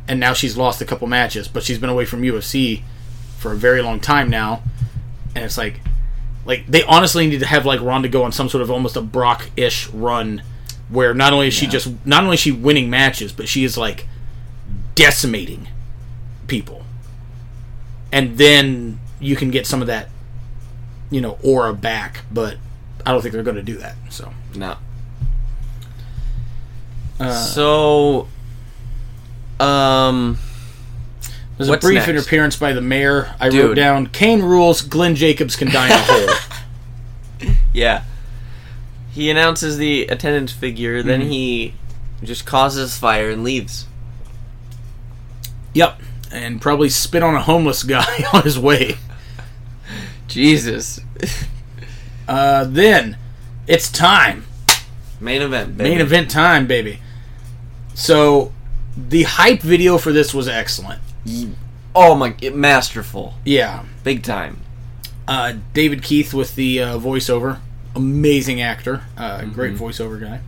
And now she's lost a couple matches, but she's been away from UFC for a very long time now. And it's like, like they honestly need to have like Ronda go on some sort of almost a Brock ish run, where not only is she just not only is she winning matches, but she is like decimating people. And then you can get some of that, you know, aura back. But I don't think they're going to do that. So. No. Uh, So, um, There's What's a brief next? interference by the mayor. I Dude. wrote down Kane rules, Glenn Jacobs can die in a hole. yeah. He announces the attendance figure, then Mm-hmm. he just causes fire and leaves. Yep. And probably spit on a homeless guy on his way. Jesus. Uh, then it's time. Main event. Baby. Main event time, baby. So the hype video for this was excellent. Ye- Oh my! It, masterful, Yeah. big time. Uh, David Keith with the uh, voiceover. Amazing actor. Uh, Mm-hmm. Great voiceover guy.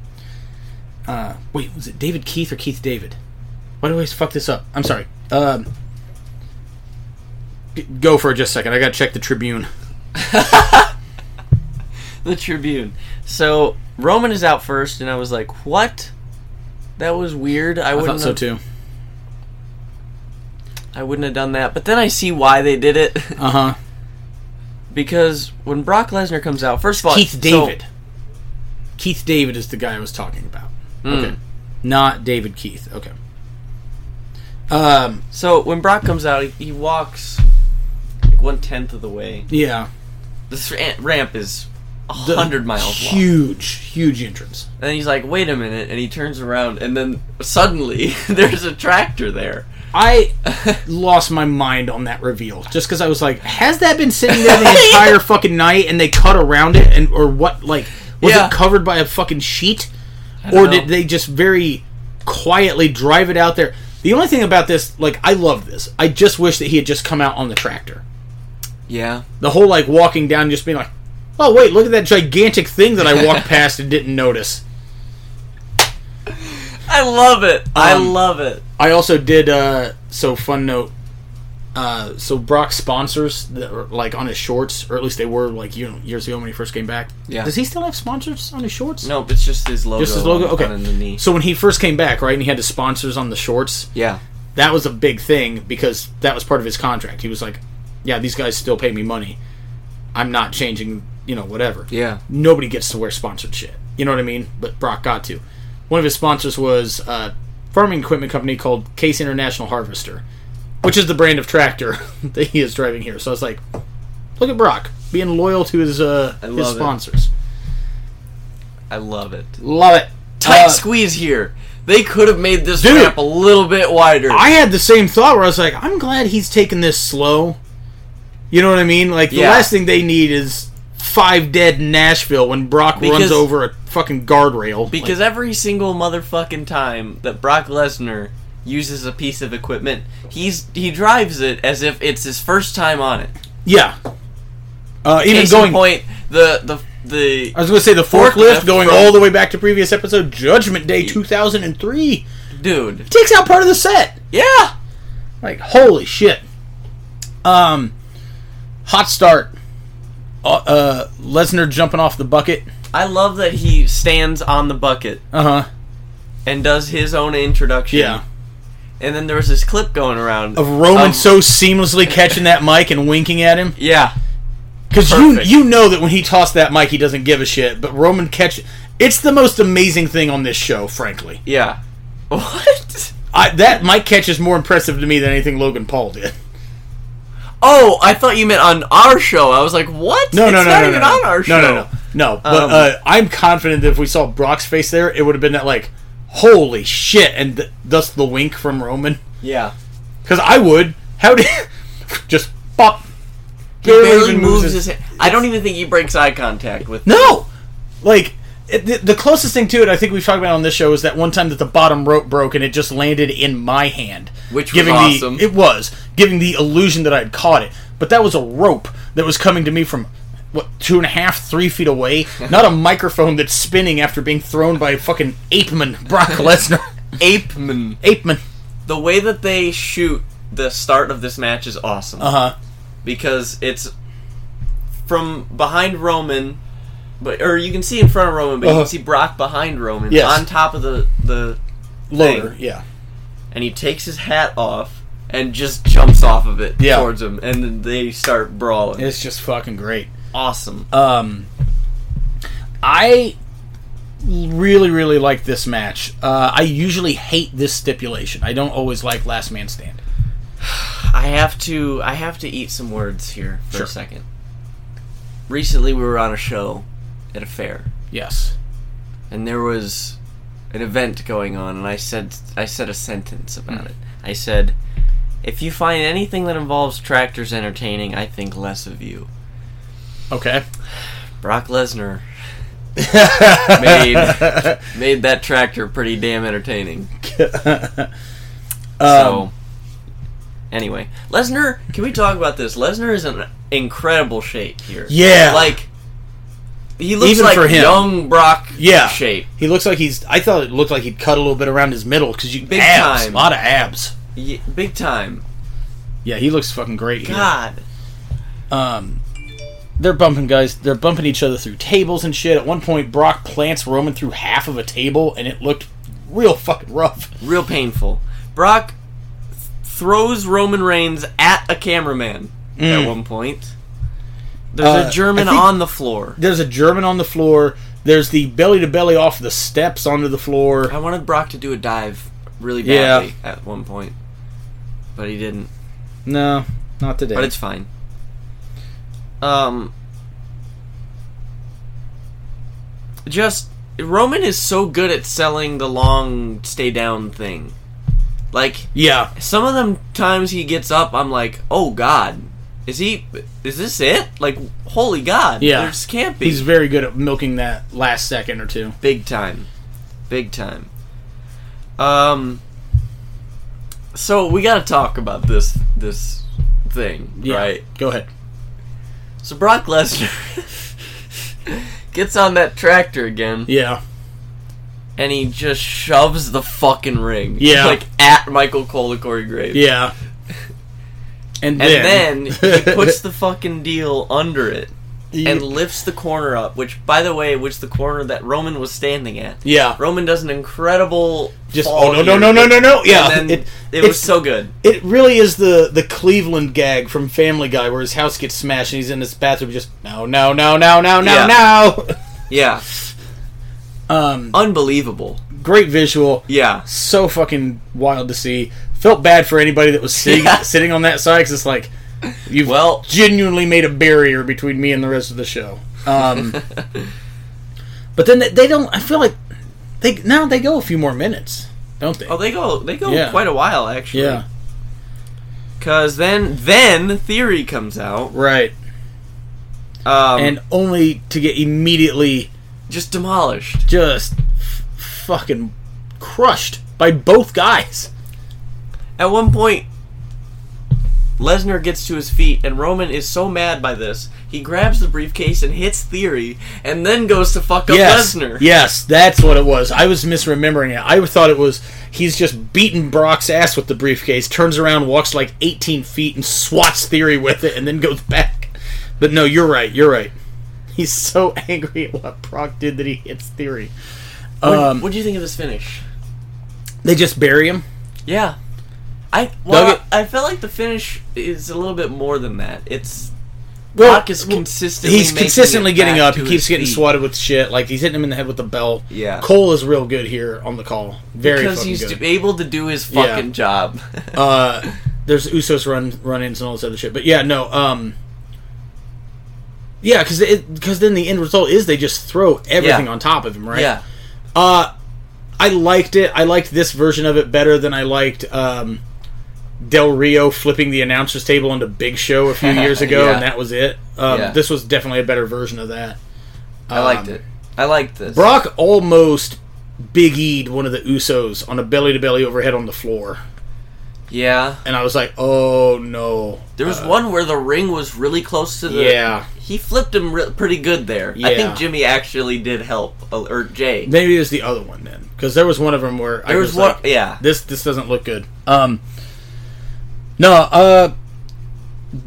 Uh, wait, was it David Keith or Keith David? Why do I always fuck this up? I'm sorry. Um, g- go for just a second. I gotta check the Tribune. The Tribune. So Roman is out first, and I was like, "What? That was weird. I I wouldn't. thought so have, too. I wouldn't have done that." But then I see why they did it Uh huh. because when Brock Lesnar comes out, first of all, Keith so- David. Keith David is the guy I was talking about. Hmm. mm, Okay. Not David Keith. Okay. Um, So when Brock comes out, he, he walks like one tenth of the way. Yeah. This ra- ramp is a The hundred miles long. Huge, huge entrance. And then he's like, "Wait a minute!" And he turns around, and then suddenly there's a tractor there. I lost my mind on that reveal just because I was like, has that been sitting there the entire fucking night and they cut around it and or what? Like, was Yeah. it covered by a fucking sheet, I don't or know. did they just very quietly drive it out there? The only thing about this, like, I love this. I just wish that he had just come out on the tractor. Yeah, The whole like walking down, just being like, oh wait, look at that gigantic thing that I walked past and didn't notice. I love it. I Um, love it. I also did uh so fun note uh so Brock sponsors that are, like on his shorts or at least they were like you know years ago when he first came back. Yeah. Does he still have sponsors on his shorts? No, it's just his logo. Just his logo. on- Okay. on the knee. So when he first came back, right, and he had his sponsors on the shorts, Yeah. that was a big thing because that was part of his contract. He was like, "Yeah, these guys still pay me money. I'm not changing, you know, whatever." Yeah. nobody gets to wear sponsored shit. You know what I mean? But Brock got to. One of his sponsors was a farming equipment company called Case International Harvester, which is the brand of tractor that he is driving here. So I was like, look at Brock being loyal to his uh, I his love it. sponsors. I love it. Love it. Tight Uh, squeeze here. They could have made this Dude. ramp a little bit wider. I had the same thought where I was like, I'm glad he's taking this slow. You know what I mean? Like the Yeah. last thing they need is five dead in Nashville when Brock runs Because- over a fucking guardrail. Because Like, every single motherfucking time that Brock Lesnar uses a piece of equipment, he's he drives it as if it's his first time on it. yeah. Uh, even Case going in point, the the the I was going to say the forklift, Forklift going from- all the way back to previous episode, Judgment Day 2003. dude. Takes out part of the set. Yeah. Like, holy shit. Um, hot start. Uh, uh Lesnar jumping off the bucket. I love that he stands on the bucket Uh huh. and does his own introduction. Yeah. And then there was this clip going around Of Roman Um, so seamlessly catching that mic and winking at him. Yeah. Because you, perfect. you know that when he tossed that mic, he doesn't give a shit. But Roman catch. It's the most amazing thing on this show, frankly. Yeah. What? I, that mic catch is more impressive to me than anything Logan Paul did. Oh, I thought you meant on our show. I was like, what? No, it's no, no, not no, even no, on our show. No, no, no, no. But Um, uh, I'm confident that if we saw Brock's face there, it would have been that like, holy shit, and th- thus the wink from Roman. Yeah. Because I would. How did just pop? He barely moves, his hand. I don't even think he breaks eye contact with. No, like it, the, the closest thing to it I think we've talked about on this show is that one time that the bottom rope broke and it just landed in my hand, Which was giving awesome. The, it was giving the illusion that I had caught it, but that was a rope that was coming to me from what two and a half, three feet away, not a microphone that's spinning after being thrown by fucking Apeman Brock Lesnar. Apeman. Apeman, The way that they shoot the start of this match is awesome uh huh, because it's from behind Roman, but or you can see in front of Roman, but you Uh-huh. can see Brock behind Roman Yes. on top of the the loader, thing, yeah, and he takes his hat off and just jumps off of it Yeah. towards him, and then they start brawling. it's just fucking great. awesome. Um, I really, really like this match. Uh, I usually hate this stipulation. I don't always like last man stand. I have to I have to eat some words here for Sure. a second. Recently we were on a show at a fair Yes. and there was an event going on and I said I said a sentence Hmm. about it. I said if you find anything that involves tractors entertaining, I think less of you. Okay. Brock Lesnar made Um, made that tractor pretty damn entertaining. Um, so anyway, Lesnar, can we talk about this? Lesnar is in incredible shape here. Yeah. like he looks Even like for him. young Brock. Yeah. shape. He looks like he's. I thought it looked like he'd cut a little bit around his middle because you Big abs, time. a lot of abs. Ye- big time. Yeah, he looks fucking great. here. God, Um, they're bumping guys. They're bumping each other through tables and shit. At one point, Brock plants Roman through half of a table, and it looked real fucking rough. real painful. Brock th- throws Roman Reigns at a cameraman at one point. There's Mm. Uh, a German I think- on the floor. there's a German on the floor. There's the belly to belly off the steps onto the floor. I wanted Brock to do a dive really Yeah. badly at one point, but he didn't. No, not today. But it's fine. um just Roman is so good at selling the long stay down thing. Like Yeah. some of them times he gets up, I'm like, oh god, is he? Is this it? Like, holy god, Yeah. There's can't be. He's very good at milking that last second or two. big time, big time. Um, so we got to talk about this this thing, Yeah. right? Go ahead. So Brock Lesnar gets on that tractor again, Yeah. and he just shoves the fucking ring, Yeah. like at Michael Cole and Corey Graves, Yeah. And And then, then he puts the fucking deal under it. and lifts the corner up, which, by the way, was the corner that Roman was standing at. yeah. Roman does an incredible. Just fall oh no no here. no no no no yeah And then it, it, it's- was so good. it really is the the Cleveland gag from Family Guy where his house gets smashed and he's in his bathroom just no no no no no no Yeah. no Yeah, um unbelievable. great visual Yeah, so fucking wild to see felt bad for anybody that was sitting Yeah. sitting on that side because it's like you've Well- genuinely made a barrier between me and the rest of the show um but then they, they don't I feel like they now they go a few more minutes don't they oh, they go they go Yeah. quite a while actually. yeah because then then theory comes out right um, and and only to get immediately just demolished. just f- fucking crushed by both guys. At one point, Lesnar gets to his feet, and Roman is so mad by this, he grabs the briefcase and hits Theory, and then goes to fuck up yes, Lesnar. yes, that's what it was. I was misremembering it. I thought it was he's just beating Brock's ass with the briefcase, turns around, walks like 18 feet, and swats Theory with it, and then goes back. But no, you're right. You're right. He's so angry at what Brock did that he hits Theory. Um, what do you think of this finish? they just bury him. Yeah, I well, Dug it. I, I felt like the finish is a little bit more than that. It's Well, Brock is consistently he's making consistently it getting back up. to He keeps his getting feet. swatted with shit. Like he's hitting him in the head with the bell. Yeah. Cole is real good here on the call. Very because fucking he's good. able to do his Yeah. fucking job. uh, there's Usos run run-ins and all this other shit. But yeah, no. Um, yeah, because because then the end result is they just throw everything Yeah. on top of him, right? Yeah, Uh, I liked it. I liked this version of it better than I liked um, Del Rio flipping the announcers table onto Big Show a few years ago, Yeah. and that was it. Um, Yeah. This was definitely a better version of that. I liked Um, it. I liked this. Brock almost big E'd one of the Usos on a belly to belly overhead on the floor. yeah, And I was like, oh no. there was Uh, one where the ring was really close to the. Yeah. He flipped him re- pretty good there. I Yeah. think Jimmy actually did help, uh, or Jay. Maybe it was the other one then. Because there was one of them where I There was, was one. like, yeah, this, this doesn't look good. Um, no, uh,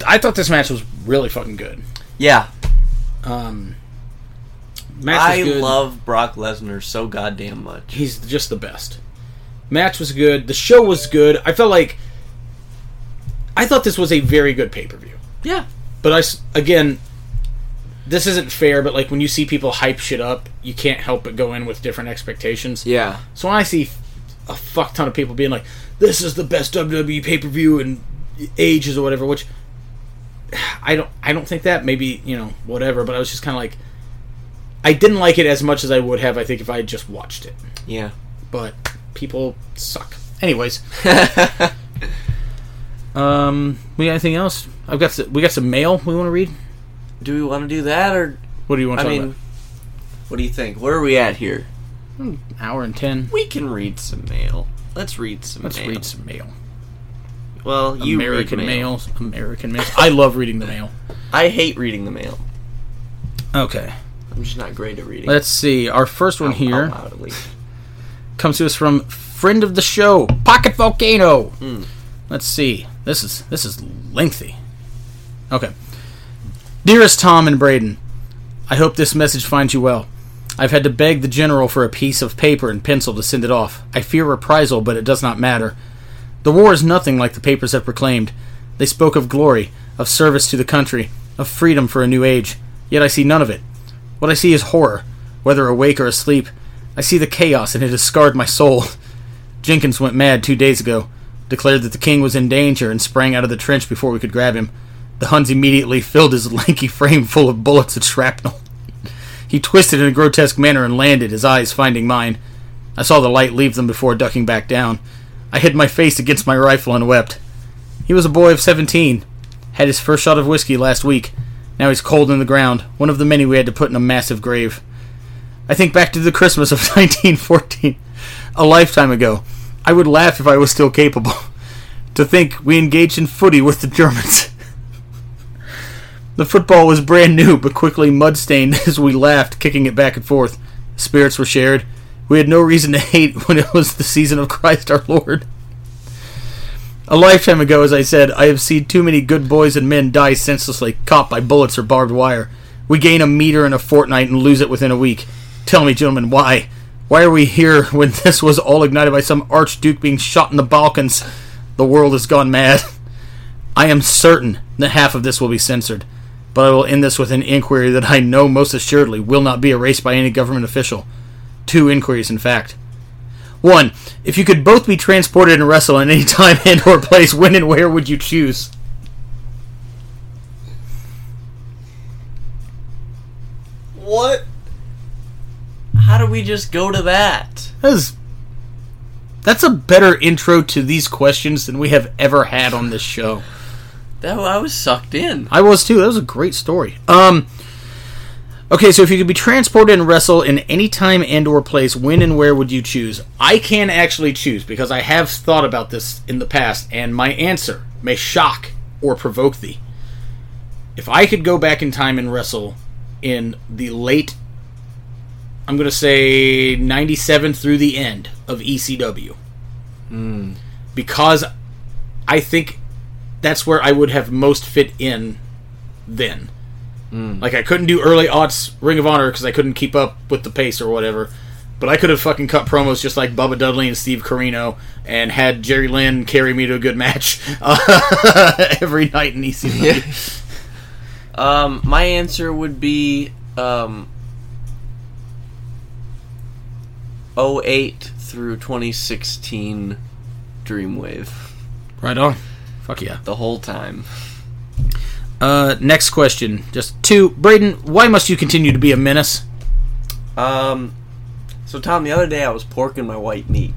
I thought this match was really fucking good. yeah. Um, match I was good. love Brock Lesnar so goddamn much. He's just the best. Match was good. The show was good. I felt like I thought this was a very good pay per view. Yeah, But I s- again, this isn't fair. But like when you see people hype shit up, you can't help but go in with different expectations. yeah. So when I see a fuck ton of people being like, "This is the best WWE pay per view in ages" or whatever, which I don't, I don't think that. Maybe you know, whatever. But I was just kind of like, I didn't like it as much as I would have. I think if I had just watched it. Yeah. But people suck. Anyways, um, we got anything else? I've got s we got some mail we want to read. do we want to do that, or What do you want I to talk mean, about? what do you think? Where are we at here? hour and ten. We can read some mail. Let's read some. Let's mail. read some mail. Well, you American read mail. mails. American mails. I love reading the mail. I hate reading the mail. Okay. I'm just not great at reading. Let's see. Our first one Out- here out loud, at least. comes to us from friend of the show, Pocket Volcano. Let's see. This is this is lengthy. Okay. Dearest Tom and Braden, I hope this message finds you well. I've had to beg the general for a piece of paper and pencil to send it off. I fear reprisal, but it does not matter. The war is nothing like the papers have proclaimed. They spoke of glory, of service to the country, of freedom for a new age. Yet I see none of it. What I see is horror, whether awake or asleep. I see the chaos, and it has scarred my soul. Jenkins went mad two days ago, declared that the king was in danger, and sprang out of the trench before we could grab him. The Huns immediately filled his lanky frame full of bullets and shrapnel. He twisted in a grotesque manner and landed, his eyes finding mine. I saw the light leave them before ducking back down. I hid my face against my rifle and wept. He was a boy of 17, had his first shot of whiskey last week. Now he's cold in the ground, one of the many we had to put in a massive grave. I think back to the Christmas of 1914, a lifetime ago. I would laugh if I was still capable. To think we engaged in footy with the Germans. the football was brand new, but quickly mud stained as we laughed, kicking it back and forth. Spirits were shared. We had no reason to hate when it was the season of Christ our Lord. A lifetime ago, as I said, I have seen too many good boys and men die senselessly, caught by bullets or barbed wire. We gain a meter in a fortnight and lose it within a week. Tell me, gentlemen, why? Why are we here when this was all ignited by some archduke being shot in the Balkans? The world has gone mad. I am certain that half of this will be censored, but I will end this with an inquiry that I know most assuredly will not be erased by any government official. Two inquiries, in fact. One, if you could both be transported and wrestle in any time and or place, when and where would you choose? What? How do we just go to that? That's that's a better intro to these questions than we have ever had on this show. That I was sucked in. I was too. That was a great story. Um Okay, so if you could be transported and wrestle in any time and or place, when and where would you choose? I can actually choose because I have thought about this in the past and my answer may shock or provoke thee. If I could go back in time and wrestle in the late I'm going to say 97 through the end of ECW. Because I think that's where I would have most fit in then. Like I couldn't do early aughts Ring of Honor because I couldn't keep up with the pace or whatever. But I could have fucking cut promos just like Bubba Dudley and Steve Carino and had Jerry Lynn carry me to a good match every night in ECW. Um, my answer would be um, 08 through 2016 Dreamwave. Right on. Fuck yeah. The whole time. Uh, next question. Just two. Braden, why must you continue to be a menace? Um, so, Tom, the other day I was porking my white meat.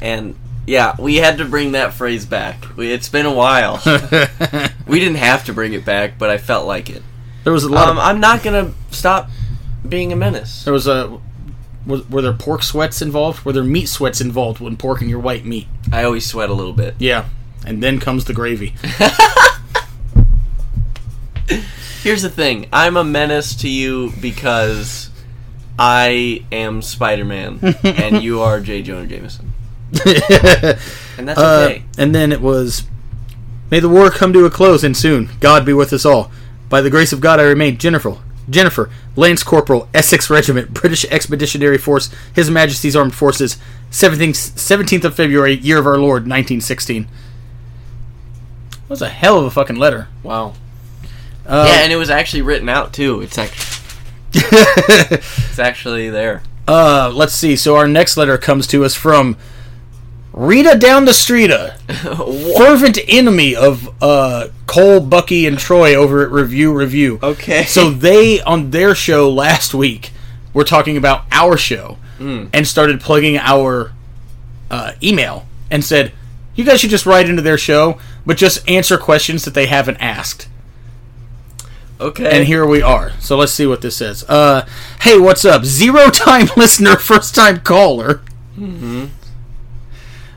And, yeah, we had to bring that phrase back. We, it's been a while. there we didn't have to bring it back, but I felt like it. was a lot Um, of. I'm not going to stop being a menace. There was a. Was, were there pork sweats involved? Were there meat sweats involved when porking your white meat? I always sweat a little bit. Yeah. And then comes the gravy. Here's the thing. I'm a menace to you because I am Spider-Man and you are J. Jonah Jameson. And that's Uh, okay. And then it was, "May the war come to a close and soon. God be with us all. By the grace of God, I remain Jennifer, Jennifer, Lance Corporal, Essex Regiment, British Expeditionary Force, His Majesty's Armed Forces, seventeenth of February, year of our Lord, nineteen sixteen. That was a hell of a fucking letter. Wow. Uh, yeah, and it was actually written out too. It's actually, it's actually there. uh, let's see. So our next letter comes to us from Rita down the streeta. fervent enemy of uh, Cole, Bucky, and Troy over at Review Review. Okay. So they on their show last week were talking about our show and started plugging our uh, email and said, "You guys should just write into their show, but just answer questions that they haven't asked." Okay. And here we are. So let's see what this says. Uh, hey, what's up? Zero time listener, first time caller.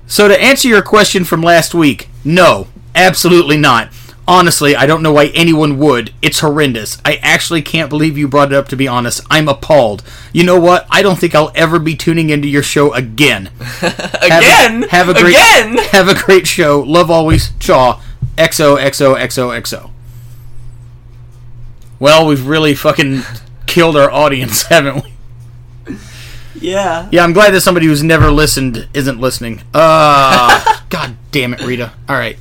So to answer your question from last week, no, absolutely not. Honestly, I don't know why anyone would. It's horrendous. I actually can't believe you brought it up, to be honest. I'm appalled. You know what? I don't think I'll ever be tuning into your show again. again. Have a, have a great, again. Have a great show. Love always. Chaw. XOXOXOXO. Well, we've really fucking killed our audience, haven't we? Yeah. Yeah, I'm glad that somebody who's never listened isn't listening. Uh, God damn it, Rita. All right,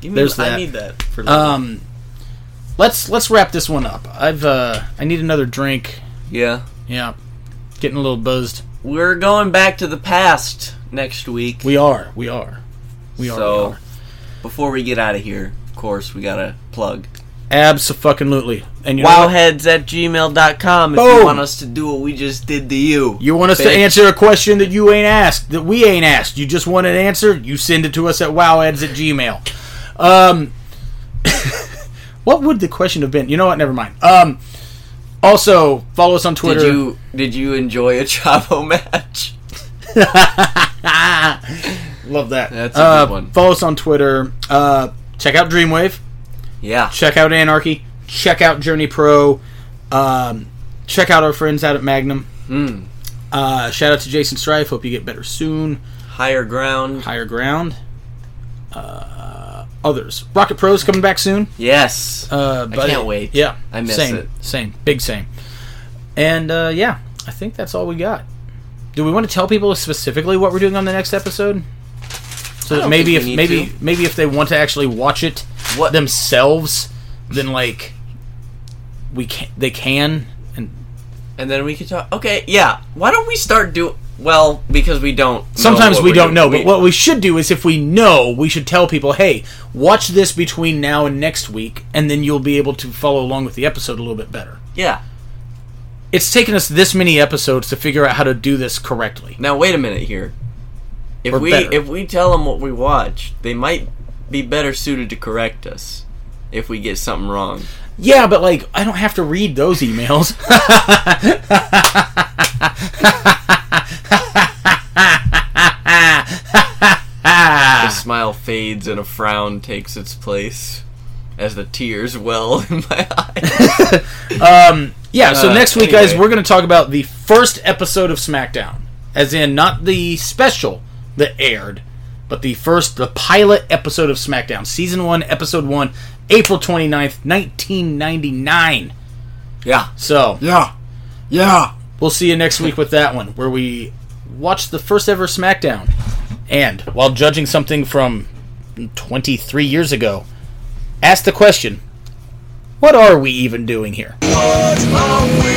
Give me- there's that. I need that. For um, let's let's wrap this one up. I've uh, I need another drink. yeah. Yeah, getting a little buzzed. We're going back to the past next week. We are, we are, we are. so we are. before we get out of here, of course, we gotta plug Absolutely. And you know what? Wowheads at gmail.com if Boom. you want us to do what we just did to you. You want us to Bitch. answer a question that you ain't asked, that we ain't asked. You just want an answer, you send it to us at woweds at gmail. Um, what would the question have been? You know what? Never mind. Um, also, follow us on Twitter. Did you did you enjoy a Chavo match? Love that. That's a Uh, good one. Follow us on Twitter. Uh, check out Dreamwave. Yeah. Check out Anarchy. Check out Journey Pro. Um, check out our friends out at Magnum. Mm. Uh, shout out to Jason Strife. Hope you get better soon. Higher ground. Higher Ground, uh, others. Rocket Pro's coming back soon. Yes. Uh, but can't wait. Yeah, I miss same, it. Same, big same. And uh, yeah, I think that's all we got. Do we want to tell people specifically what we're doing on the next episode? I So that don't maybe think if we need maybe to. maybe if they want to actually watch it What- themselves, then like we can they can and and then we could talk. Okay, yeah. Why don't we start do well because we don't. know Sometimes what we we're don't know, doing. but We- what we should do is if we know, we should tell people, hey, watch this between now and next week, and then you'll be able to follow along with the episode a little bit better. Yeah. It's taken us this many episodes to figure out how to do this correctly. Now wait a minute here. If Or we better. if we tell them what we watch, they might be better suited to correct us if we get something wrong. Yeah, but like, I don't have to read those emails. Ah. The smile fades and a frown takes its place as the tears well in my eyes. yeah, so Uh, next week, guys, anyway. we're going to talk about the first episode of SmackDown. As in, not the special that aired, but the first, the pilot episode of SmackDown. Season 1, Episode 1, April 29th, 1999. yeah. So, Yeah. Yeah. we'll see you next week with that one, where we watch the first ever SmackDown. And while judging something from 23 years ago, ask the question what are we even doing here? What are we